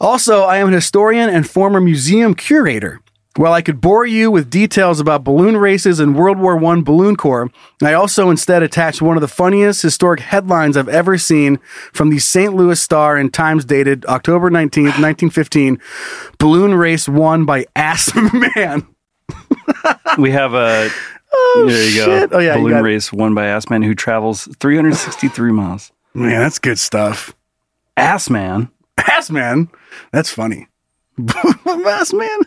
Speaker 2: Also, I am an historian and former museum curator. While I could bore you with details about balloon races and World War I Balloon Corps, I also instead attached one of the funniest historic headlines I've ever seen from the St. Louis Star and Times dated October 19th, 1915. Balloon race won by Ass Man.
Speaker 3: we have a there you
Speaker 2: shit.
Speaker 3: go
Speaker 2: Oh, yeah, you
Speaker 3: balloon
Speaker 2: got it.
Speaker 3: race won by ass man who travels 363 miles
Speaker 2: Man, that's good stuff.
Speaker 3: ass man
Speaker 2: Ass Man? That's funny. Ass Man?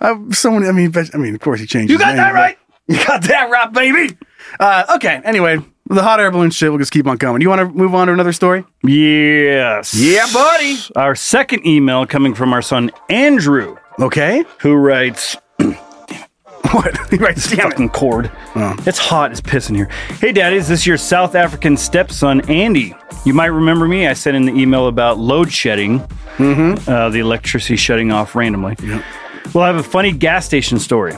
Speaker 2: i
Speaker 3: Uh,
Speaker 2: someone, I mean, but- I mean, of course he changed
Speaker 3: you
Speaker 2: his name,
Speaker 3: got that
Speaker 2: but-
Speaker 3: right
Speaker 2: You got that right, baby. Uh, okay. Anyway, the hot air balloon shit will just keep on coming. You want to move on to another story?
Speaker 3: yes
Speaker 2: Yeah, buddy.
Speaker 3: our second email coming from our son andrew
Speaker 2: Okay.
Speaker 3: who writes
Speaker 2: What? He writes,
Speaker 3: This
Speaker 2: damn
Speaker 3: fucking
Speaker 2: it. Oh.
Speaker 3: cord. It's hot. It's pissing here. Hey, daddy, is this your South African stepson, Andy? You might remember me. I sent in the email about load shedding,
Speaker 2: Mm-hmm.
Speaker 3: uh, the electricity shutting off randomly. Well, I have a funny gas station story.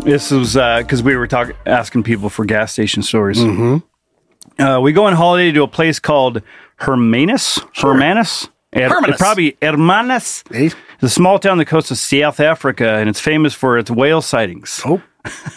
Speaker 3: This was because we were talking, asking people for gas station stories.
Speaker 2: Mm-hmm.
Speaker 3: Uh, we go on holiday to a place called Hermanus. Hermanus. Her-
Speaker 2: Hermanus.
Speaker 3: Probably Hermanus.
Speaker 2: Hey.
Speaker 3: It's a small town on the coast of South Africa, and it's famous for its whale sightings.
Speaker 2: Oh.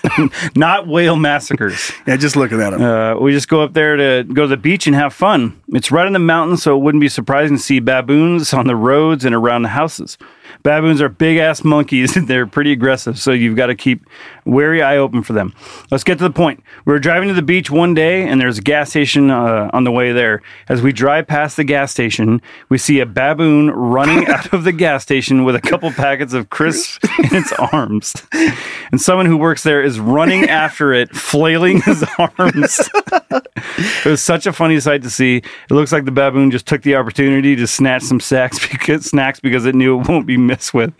Speaker 3: not whale massacres.
Speaker 2: yeah, just looking at them.
Speaker 3: Uh, we just go up there to go to the beach and have fun. It's right in the mountains, so it wouldn't be surprising to see baboons on the roads and around the houses. Baboons are big ass monkeys. They're pretty aggressive, so you've got to keep wary eye open for them. Let's get to the point. We were driving to the beach one day, and there's a gas station uh, on the way there. As we drive past the gas station, we see a baboon running out of the gas station with a couple packets of crisps in its arms. And someone who works there is running after it, flailing his arms. it was such a funny sight to see. It looks like the baboon just took the opportunity to snatch some snacks because, snacks because it knew it won't be messed with.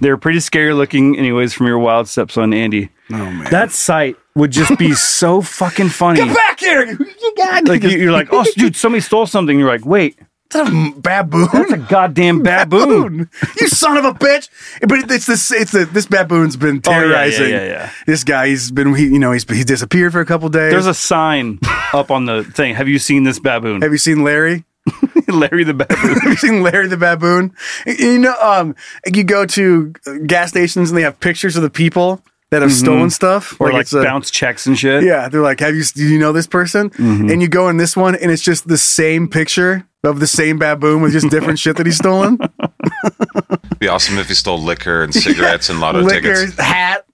Speaker 3: They're pretty scary looking, anyways, from your wild stepson, Andy. Oh, man. That sight would just be so fucking funny.
Speaker 2: Get back here! You got
Speaker 3: Like you, you're like, oh, dude, somebody stole something. You're like, wait,
Speaker 2: That's a baboon.
Speaker 3: that's a goddamn baboon.
Speaker 2: you son of a bitch! But it's this. It's the, this baboon's been
Speaker 3: Oh, yeah, yeah,
Speaker 2: terrorizing.
Speaker 3: yeah, yeah.
Speaker 2: This guy, he's been. He, you know, he's he's disappeared for a couple days.
Speaker 3: There's a sign up on the thing. Have you seen this baboon?
Speaker 2: Have you seen Larry?
Speaker 3: Larry the baboon.
Speaker 2: Have you seen Larry the Baboon? You know, um, you go to gas stations and they have pictures of the people that
Speaker 4: Mm-hmm.
Speaker 2: have stolen stuff,
Speaker 3: Or like,
Speaker 2: it's a-
Speaker 3: bounce checks and shit.
Speaker 2: Yeah, they're like, "Have you? Do you know this person?"
Speaker 4: Mm-hmm.
Speaker 2: And you go in this one, and it's just the same picture of the same baboon with just different shit that he's stolen.
Speaker 4: It'd be awesome if he stole liquor and cigarettes and lotto
Speaker 2: Liquor
Speaker 4: tickets.
Speaker 2: hat,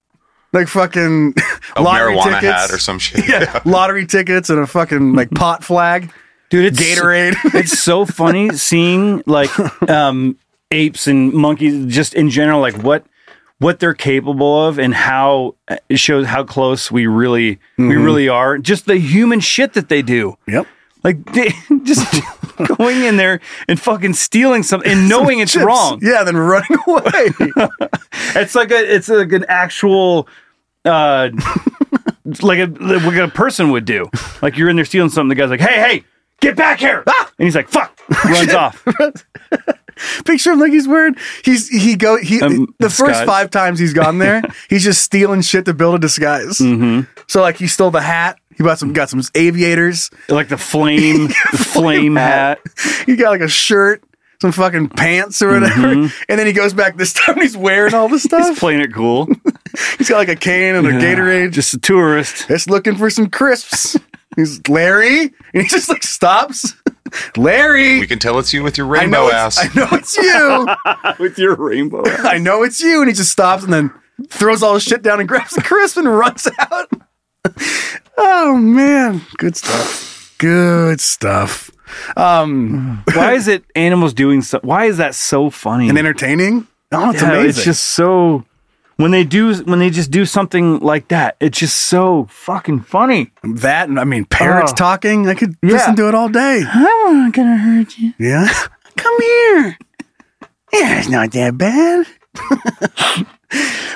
Speaker 2: like fucking
Speaker 4: A
Speaker 2: lottery
Speaker 4: marijuana
Speaker 2: tickets,
Speaker 4: hat or some shit.
Speaker 2: yeah, lottery tickets and a fucking like pot flag,
Speaker 3: Dude, it's
Speaker 2: Gatorade.
Speaker 3: it's so funny seeing like um apes and monkeys just in general like what what they're capable of and how uh, it shows how close we really we
Speaker 2: Mm-hmm.
Speaker 3: really are just the human shit that they do
Speaker 2: yep.
Speaker 3: like they, just going in there and fucking stealing something and knowing it's
Speaker 2: Chips.
Speaker 3: wrong
Speaker 2: Yeah, then running away.
Speaker 3: it's like a it's like an actual uh like a like a person would do like you're in there stealing something the guy's like hey hey get back here
Speaker 2: Ah!
Speaker 3: and he's like fuck runs off
Speaker 2: Picture him like he's weird. He's he go he
Speaker 3: Um,
Speaker 2: the first
Speaker 3: disguise.
Speaker 2: five times he's gone there, he's just stealing shit to build a disguise.
Speaker 3: Mm-hmm.
Speaker 2: So like he stole the hat. He bought some got some aviators.
Speaker 3: like the flame the flame hat
Speaker 2: He got like a shirt, some fucking pants or whatever. And then he goes back this time. He's wearing all the
Speaker 3: Mm-hmm. he's
Speaker 2: stuff.
Speaker 3: playing it cool
Speaker 2: he's got like a cane and a Gatorade.
Speaker 3: just a tourist
Speaker 2: Just looking for some crisps. he's Larry, and he just like stops. Larry,
Speaker 4: We can tell it's you with your
Speaker 2: I know
Speaker 4: rainbow
Speaker 2: it's,
Speaker 4: ass.
Speaker 2: I know it's you.
Speaker 3: with your rainbow
Speaker 2: I know it's you. And he just stops and then throws all his shit down and grabs the crisp and runs out. oh, man. Good stuff. Good stuff. Um,
Speaker 3: why is it animals doing so why is that so funny
Speaker 2: and entertaining. Oh, it's
Speaker 3: Yeah,
Speaker 2: amazing.
Speaker 3: it's just so when they do when they just do something like that it's just so fucking funny
Speaker 2: that. And I mean, parrots
Speaker 3: Oh.
Speaker 2: talking. I could listen to it all day.
Speaker 3: i'm not gonna hurt you
Speaker 2: Yeah. Come here. Yeah, it's not that bad.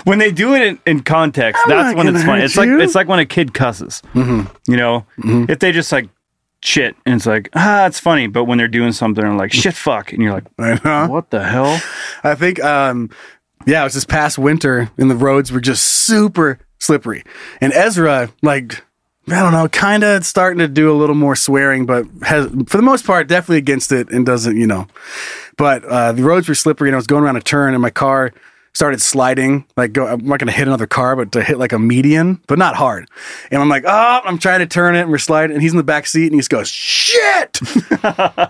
Speaker 3: when they do it in, in context,
Speaker 2: I'm
Speaker 3: that's
Speaker 2: not
Speaker 3: when it's
Speaker 2: gonna
Speaker 3: funny.
Speaker 2: hurt
Speaker 3: It's like
Speaker 2: you. Mm-hmm.
Speaker 3: it's like when a kid cusses. You know, if they just like shit and it's like ah, it's funny, but when they're doing something, they're like shit, fuck, and you're like,
Speaker 2: I know.
Speaker 3: what the hell?
Speaker 2: I think, um, yeah, it was this past winter and the roads were just super slippery. And Ezra, like, I don't know, kind of starting to do a little more swearing, but has, for the most part, definitely against it and doesn't, you know. But uh, the roads were slippery and I was going around a turn and my car started sliding. Like, go, I'm not going to hit another car, but to hit like a median, but not hard. And I'm like, oh, I'm trying to turn it and we're sliding. And he's in the back seat and he just goes, shit.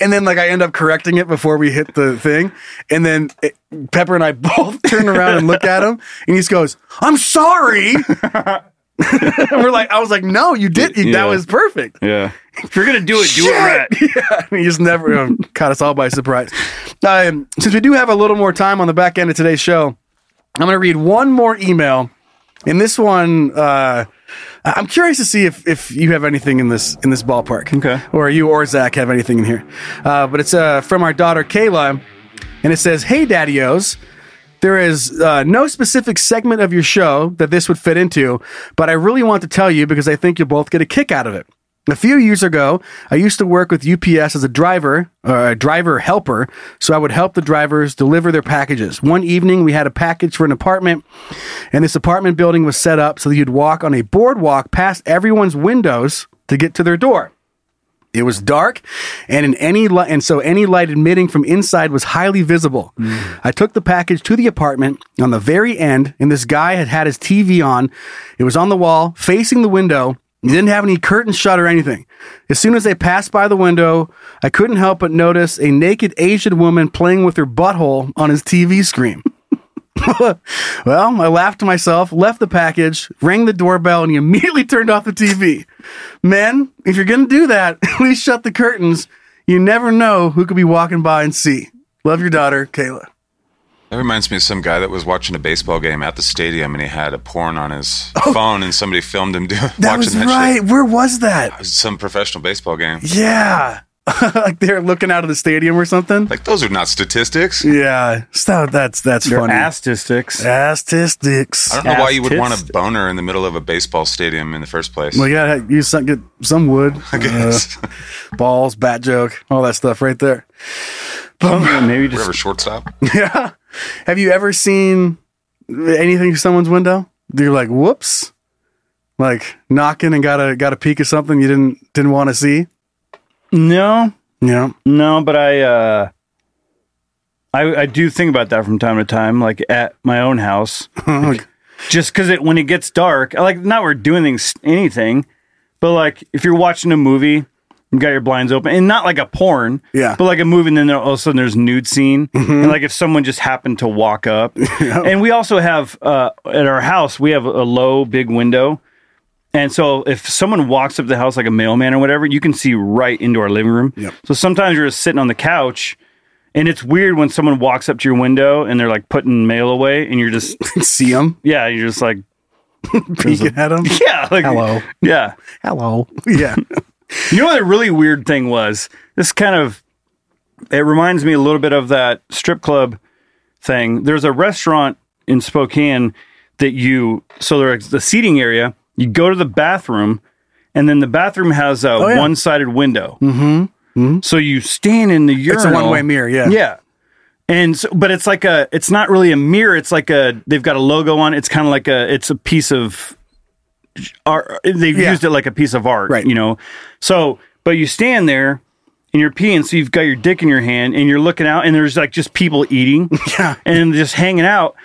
Speaker 2: And then like I end up correcting it before we hit the thing. And then it, Pepper and I both turn around and look at him and he just goes, I'm sorry. and we're like, I was like, no, you did. you-
Speaker 3: Yeah.
Speaker 2: That was perfect.
Speaker 3: Yeah, if you're gonna do it, do
Speaker 2: Shit!
Speaker 3: it right.
Speaker 2: Yeah. And he just never um, caught us all by surprise. Um, since we do have a little more time on the back end of today's show, I'm going to read one more email. And this one, uh, I- I'm curious to see if, if you have anything in this in this ballpark.
Speaker 3: Okay.
Speaker 2: Or you or Zach have anything in here. Uh, but it's uh, from our daughter Kayla, and it says, "Hey, Daddios." There is uh, no specific segment of your show that this would fit into, but I really want to tell you because I think you'll both get a kick out of it. A few years ago, I used to work with UPS as a driver, or a driver helper, so I would help the drivers deliver their packages. One evening, we had a package for an apartment, and this apartment building was set up so that you'd walk on a boardwalk past everyone's windows to get to their door. It was dark, and in any li- and so any light emitting from inside was highly visible. I took the package to the apartment on the very end, and this guy had had his TV on. It was on the wall, facing the window. He didn't have any curtains shut or anything. As soon as they passed by the window, I couldn't help but notice a naked Asian woman playing with her butthole on his TV screen. well, I laughed to myself, left the package, rang the doorbell, and he immediately turned off the TV. Men, if you're going to do that, at least shut the curtains. You never know who could be walking by and see. Love your daughter, Kayla.
Speaker 4: That reminds me of some guy that was watching a baseball game at the stadium and he had a porn on his phone and somebody filmed him do,
Speaker 2: Oh. That
Speaker 4: watching
Speaker 2: was
Speaker 4: that
Speaker 2: right.
Speaker 4: shit.
Speaker 2: Where was that?
Speaker 4: It was Some professional baseball game.
Speaker 2: Yeah. like they're looking out of the stadium or something.
Speaker 4: Like those are not statistics.
Speaker 2: yeah. So that's that's
Speaker 4: They're
Speaker 2: funny.
Speaker 3: Astistics.
Speaker 2: Astistics.
Speaker 4: I don't know why you would want a boner in the middle of a baseball stadium in the first place.
Speaker 2: Well, Uh, you gotta use some, get some wood. I
Speaker 4: guess.
Speaker 2: balls, bat joke, all that stuff right there.
Speaker 3: maybe
Speaker 4: Whatever shortstop.
Speaker 2: Yeah. Have you ever seen anything through someone's window? You're like, whoops. Like knocking and got a got a peek of something you didn't didn't want to see.
Speaker 3: No,
Speaker 2: Yeah.
Speaker 3: no, but I, uh, I, I do think about that from time to time, like at my own house, Like, just because it when it gets dark, I like not we're doing things, anything, but like if you're watching a movie, you got your blinds open, and not like a porn,
Speaker 2: Yeah.
Speaker 3: but like a movie, and then there, all of a sudden there's nude scene, and like if someone just happened to walk up, and we also have uh, at our house we have a low big window. And so if someone walks up to the house like a mailman or whatever, you can see right into our living room. So sometimes you're just sitting on the couch and it's weird when someone walks up to your window and they're like putting mail away and you're just
Speaker 2: see them.
Speaker 3: Yeah, you're just like
Speaker 2: Peeking at them.
Speaker 3: yeah, like
Speaker 2: Hello.
Speaker 3: Yeah.
Speaker 2: Hello. Yeah.
Speaker 3: You know what the really weird thing was? This kind of it reminds me a little bit of that strip club thing. There's a restaurant in Spokane that you so there's the seating area. You go to the bathroom, and then the bathroom has a
Speaker 2: Oh, yeah.
Speaker 3: one-sided window.
Speaker 2: Mm-hmm.
Speaker 3: So you stand in the urinal.
Speaker 2: It's a one way mirror. Yeah.
Speaker 3: Yeah. And so, but it's like a, it's not really a mirror. It's like a, they've got a logo on. it. It's kind of like a, it's a piece of art. They've
Speaker 2: Yeah.
Speaker 3: used it like a piece of art,
Speaker 2: Right.
Speaker 3: you know? So, but you stand there and you're peeing. So you've got your dick in your hand and you're looking out and there's like just people eating
Speaker 2: Yeah.
Speaker 3: and just hanging out.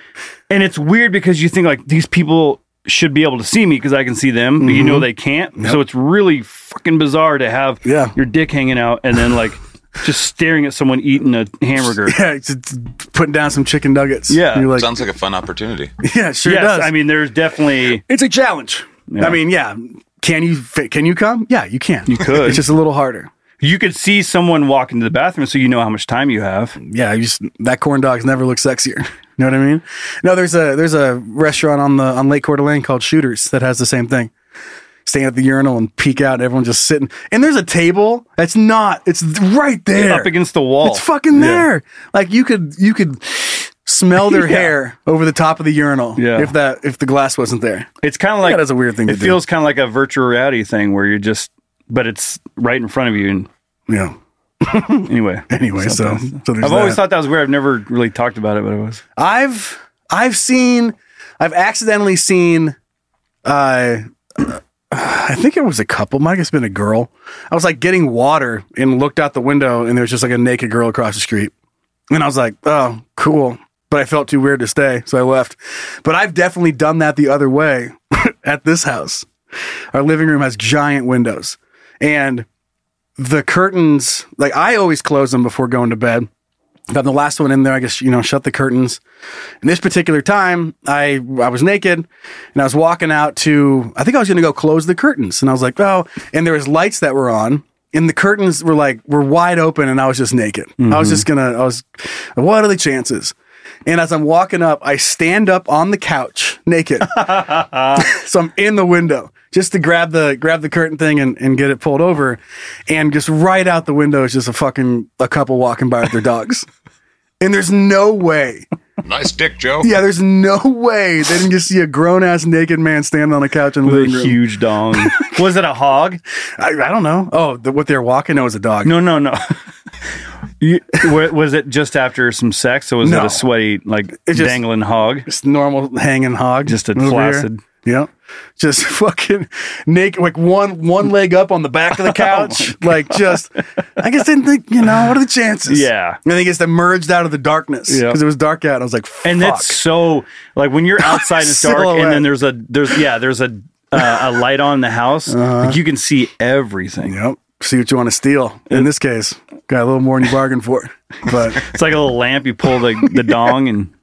Speaker 3: And it's weird because you think like these people should be able to see me because I can see them, but
Speaker 2: Mm-hmm.
Speaker 3: you know they can't. So it's really fucking bizarre to have
Speaker 2: Yeah.
Speaker 3: your dick hanging out and then like just staring at someone eating a hamburger.
Speaker 2: Yeah. it's- it's putting down some chicken nuggets.
Speaker 3: Yeah.
Speaker 2: You're like,
Speaker 4: Sounds like a fun opportunity.
Speaker 2: yeah, it sure
Speaker 3: yes,
Speaker 2: does.
Speaker 3: I mean there's definitely
Speaker 2: it's a challenge.
Speaker 3: Yeah.
Speaker 2: I mean, yeah. Can you fit? Can you come? Yeah, you can.
Speaker 3: You could.
Speaker 2: it's just a little harder.
Speaker 3: you could see someone walk into the bathroom so you know how much time you have.
Speaker 2: yeah, you just that corn dogs never look sexier. You know what I mean? No, there's a there's a restaurant on the on Lake Coeur d'Alene called Shooters that has the same thing. Stand at the urinal and peek out, and everyone just sitting. And there's a table that's not. It's right there,
Speaker 3: Up against the wall.
Speaker 2: It's fucking there. Like you could you could smell their
Speaker 3: Yeah.
Speaker 2: hair over the top of the urinal.
Speaker 3: Yeah.
Speaker 2: If that if the glass wasn't there,
Speaker 3: It's kind of like
Speaker 2: that is a weird thing
Speaker 3: It
Speaker 2: to do.
Speaker 3: feels kind of like a virtual reality thing where you're just but it's right in front of you and
Speaker 2: yeah.
Speaker 3: anyway.
Speaker 2: Anyway, so, so there's
Speaker 3: I've always
Speaker 2: that.
Speaker 3: thought that was weird. I've never really talked about it, but it was.
Speaker 2: I've I've seen I've accidentally seen uh I think it was a couple, might have been a girl. I was like getting water and looked out the window and there was just like a naked girl across the street. And I was like, oh, cool. But I felt too weird to stay, so I left. But I've definitely done that the other way at this house. Our living room has giant windows. And the curtains, like I always close them before going to bed. Got the last one in there. I guess you know, shut the curtains. And this particular time, I I was naked, and I was walking out to. I think I was going to go close the curtains, and I was like, oh. And there was lights that were on, and the curtains were like were wide open, and I was just naked. I was just gonna. I was. What are the chances? And as I'm walking up, I stand up on the couch naked. so I'm in the window just to grab the grab the curtain thing and, and get it pulled over. And just right out the window is just a fucking a couple walking by with their dogs. and there's no way.
Speaker 4: nice dick, Joe.
Speaker 2: Yeah, there's no way they didn't just see a grown ass naked man standing on a couch in the
Speaker 3: With a
Speaker 2: living room.
Speaker 3: huge dong. was it a hog?
Speaker 2: I, I don't know. Oh, the, what they're walking? No, it was a dog.
Speaker 3: No, no, no. you, wa- was it just after some sex, or was
Speaker 2: No.
Speaker 3: it a sweaty, like
Speaker 2: It just-
Speaker 3: dangling hog?
Speaker 2: Just normal hanging hog.
Speaker 3: Just a
Speaker 2: over here.
Speaker 3: flaccid.
Speaker 2: Yeah. Just fucking naked, like one one leg up on the back of the
Speaker 3: Oh
Speaker 2: couch. like just, I just didn't think, you know, what are the chances?
Speaker 3: Yeah.
Speaker 2: And then he gets emerged out of the darkness because
Speaker 3: Yeah.
Speaker 2: it was dark out. I was like, fuck.
Speaker 3: and that's so like when you're outside and it's dark,
Speaker 2: Silhouette.
Speaker 3: and then there's a there's yeah there's a uh, a light on in the house. Like you can see everything.
Speaker 2: Yep. See what you want to steal. In this case, got a little more than you bargained for. But
Speaker 3: It's like a little lamp. You pull the the dong, and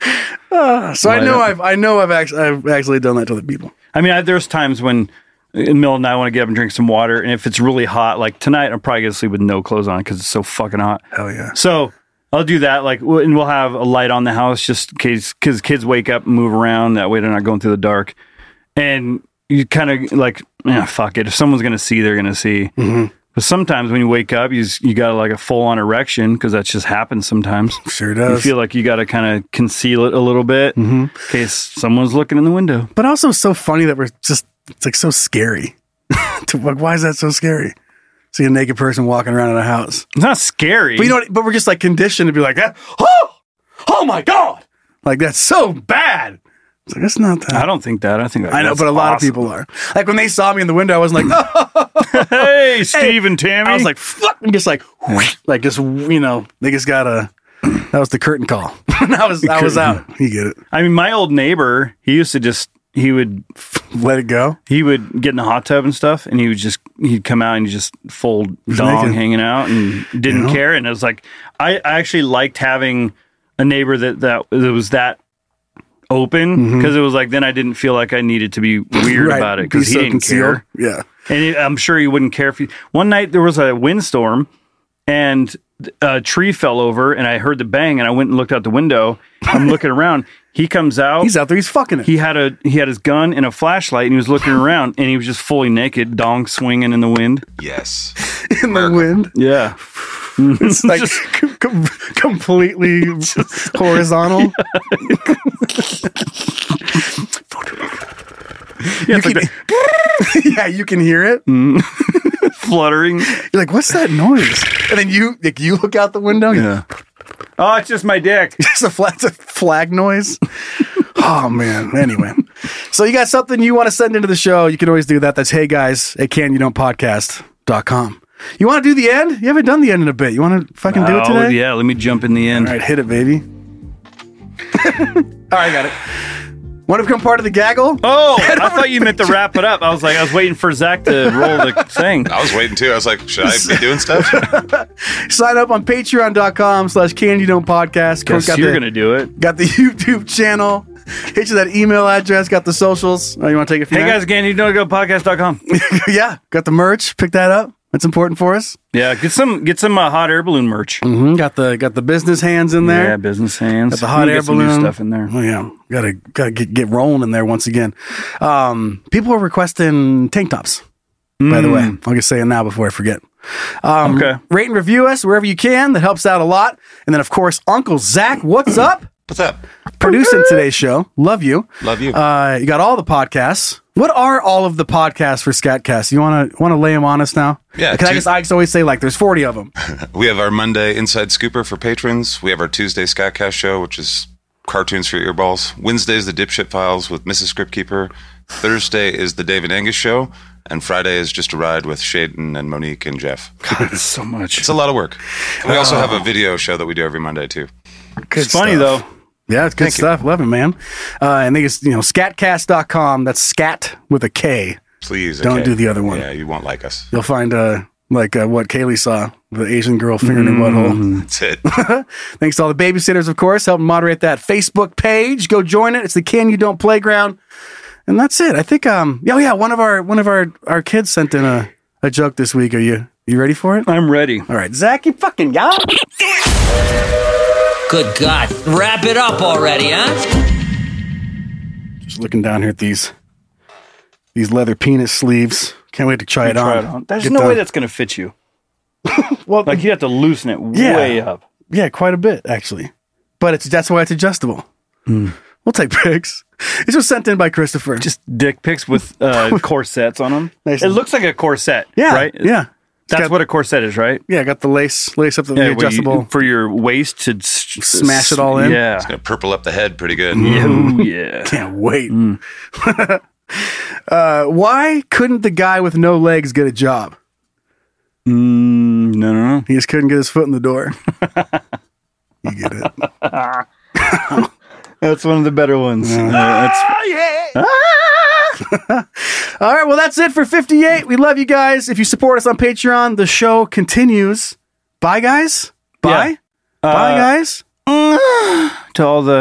Speaker 2: Ah, so I
Speaker 3: Light
Speaker 2: know
Speaker 3: up.
Speaker 2: I've I know I've actually I've actually done that to other people.
Speaker 3: I mean, I, there's times when. In Mill and I want to get up and drink some water, and if it's really hot, like tonight, I'm probably gonna sleep with no clothes on because it's so fucking hot.
Speaker 2: Hell yeah.
Speaker 3: So I'll do that. Like, we'll- and we'll have a light on the house just in case because kids wake up and move around. That way they're not going through the dark. And you kind of like, yeah, fuck it. If someone's gonna see, they're gonna see.
Speaker 2: Mm-hmm.
Speaker 3: But sometimes when you wake up, you s- you got like a full on erection because that just happens sometimes.
Speaker 2: Sure
Speaker 3: You
Speaker 2: does.
Speaker 3: feel like you got to kind of conceal it a little bit
Speaker 2: Mm-hmm.
Speaker 3: in case someone's looking in the window.
Speaker 2: But also it's so funny that we're just it's like so scary. to, like, why is that so scary? See a naked person walking around in a house.
Speaker 3: It's not scary.
Speaker 2: But you know what, but we're just like conditioned to be like, "Ah, oh, oh my god. Like that's so bad. It's like it's not that.
Speaker 3: I don't think that. I think that
Speaker 2: I know,
Speaker 3: that's
Speaker 2: but a lot
Speaker 3: awesome.
Speaker 2: of people are. Like when they saw me in the window, I wasn't like, oh,
Speaker 3: Hey, Steve and Tammy.
Speaker 2: I was like, fuck, I'm just like, like just you know, they just got a. That was the curtain call. I was, I was out. You get it.
Speaker 3: I mean, my old neighbor, he used to just he would
Speaker 2: Let it go.
Speaker 3: he would get in the hot tub and stuff, and he would just he'd come out and he'd just fold dong
Speaker 2: naked.
Speaker 3: hanging out and didn't care. And it was like I, I actually liked having a neighbor that that, that was that open because it was like then I didn't feel like I needed to be weird
Speaker 2: Mm-hmm. Right.
Speaker 3: about it
Speaker 2: Be
Speaker 3: because he
Speaker 2: so
Speaker 3: didn't
Speaker 2: concealed.
Speaker 3: care.
Speaker 2: Yeah.
Speaker 3: And it, I'm sure he wouldn't care if you. One night there was a windstorm and uh, a tree fell over, and I heard the bang, and I went and looked out the window. I'm looking around. He comes out.
Speaker 2: He's out there. He's fucking it.
Speaker 3: Oh. He had a he had his gun and a flashlight, and he was looking around, and he was just fully naked, dong swinging in the wind.
Speaker 4: Yes.
Speaker 2: in the wind.
Speaker 3: Yeah,
Speaker 2: It's like com- com- completely horizontal.
Speaker 3: yeah, it's like the Mm.
Speaker 2: yeah, you can hear it.
Speaker 3: fluttering.
Speaker 2: You're like, what's that noise? And then you like you look out the window. Yeah.
Speaker 3: Oh, it's just my dick.
Speaker 2: It's a flat it's a flag noise. oh man. Anyway. So you got something you want to send into the show, you can always do that. That's hey guys at can you don't podcast.com. You want to do the end? You haven't done the end in a bit. You want to fucking do it
Speaker 3: Oh,
Speaker 2: today?
Speaker 3: yeah, let me jump in the end.
Speaker 2: All right, hit it, baby. All right, got it. Want to become part of the gaggle?
Speaker 3: Oh, I thought you meant to wrap it up. I was like, I was waiting for Zach to roll the thing.
Speaker 4: I was waiting too. I was like, should I be doing stuff?
Speaker 2: Sign up on patreon.com slash can you don't podcast.
Speaker 3: Guess
Speaker 2: Got
Speaker 3: you're
Speaker 2: the-
Speaker 3: gonna do it.
Speaker 2: Got the YouTube channel. Hit you that email address. Got the socials. Oh, you want to take a few?
Speaker 3: Hey
Speaker 2: minutes?
Speaker 3: guys, again, you know, go to podcast.com.
Speaker 2: yeah, got the merch. Pick that up. That's important for us.
Speaker 3: Yeah, get some get some uh, hot air balloon merch.
Speaker 2: Mm-hmm. Got the got the business hands in there.
Speaker 3: Yeah, business hands.
Speaker 2: got the hot
Speaker 3: We
Speaker 2: air
Speaker 3: get some new
Speaker 2: balloon
Speaker 3: stuff in there.
Speaker 2: Oh yeah, gotta gotta get, get rolling in there once again. Um, people are requesting tank tops. By
Speaker 3: Mm.
Speaker 2: the way, I'll just say it now before I forget. Um,
Speaker 3: Okay.
Speaker 2: Rate and review us wherever you can. That helps out a lot. And then of course, Uncle Zach, what's up?
Speaker 4: What's up?
Speaker 2: Producing today's show. Love you.
Speaker 4: Love you.
Speaker 2: Uh, you got all the podcasts. What are all of the podcasts for Scatcast? You want to want to lay them on us now?
Speaker 4: Yeah,
Speaker 2: because I
Speaker 4: two-
Speaker 2: guess I just always say like there's 40 of them.
Speaker 4: We have our Monday Inside Scooper for patrons. We have our Tuesday Scatcast show, which is cartoons for your earballs. Wednesday's the Dipshit Files with Mrs. Scriptkeeper. Thursday is the David Angus show, and Friday is just a ride with Shaden and Monique and Jeff.
Speaker 3: God, it's so much.
Speaker 4: It's a lot of work. We also have
Speaker 2: Oh.
Speaker 4: a video show that we do every Monday too.
Speaker 3: It's funny though.
Speaker 2: Yeah, it's good
Speaker 4: Thank you.
Speaker 2: stuff. Love it, man. Uh, and they just, you know, scatcast.com. That's scat with a K.
Speaker 4: Please
Speaker 2: Don't
Speaker 4: okay.
Speaker 2: do the other one.
Speaker 4: Yeah, you won't like us.
Speaker 2: You'll find, uh, like uh, what Kaylee saw, the Asian girl finger in her butthole.
Speaker 4: That's it.
Speaker 2: Thanks to all the babysitters, of course, helping moderate that Facebook page. Go join it. It's the Can You Don't Playground. And that's it. I think, um, oh yeah, one of our, one of our, our kids sent in a, a joke this week. Are you, you ready for it?
Speaker 3: I'm ready.
Speaker 2: All right, Zach, you fucking got it.
Speaker 13: Good God. Wrap it up already, huh?
Speaker 2: Just looking down here at these, these leather penis sleeves. Can't wait to try, it,
Speaker 3: Try
Speaker 2: on.
Speaker 3: it on. There's
Speaker 2: Get
Speaker 3: no
Speaker 2: the-
Speaker 3: way that's gonna fit you.
Speaker 2: well,
Speaker 3: Like you have to loosen it
Speaker 2: Yeah.
Speaker 3: way up.
Speaker 2: Yeah, quite a bit actually. But it's that's why it's adjustable. We'll take pics. This was sent in by Christopher.
Speaker 3: Hmm. Just dick pics with uh, corsets on them.
Speaker 2: Nice.
Speaker 3: It looks like a corset.
Speaker 2: yeah,
Speaker 3: Right.
Speaker 2: Yeah,
Speaker 3: That's
Speaker 2: got-
Speaker 3: what a corset is, right?
Speaker 2: yeah. Got the lace lace up the
Speaker 3: Yeah,
Speaker 2: the
Speaker 3: where you-
Speaker 2: adjustable.
Speaker 3: for your waist to s-
Speaker 2: Smash it all in?
Speaker 3: Yeah.
Speaker 4: It's gonna purple up the head pretty good.
Speaker 3: Oh yeah.
Speaker 2: Can't wait. Uh, why couldn't the guy with no legs get a job?
Speaker 3: Mm, no, no, no.
Speaker 2: He just couldn't get his foot in the door. you get it.
Speaker 3: That's one of the better ones. Ah! Uh,
Speaker 2: Ah, yeah. All right, well, that's it for 58. We love you guys. If you support us on Patreon, the show continues. Bye, guys. Bye.
Speaker 3: Yeah.
Speaker 2: Bye,
Speaker 3: Uh,
Speaker 2: guys.
Speaker 3: to all the.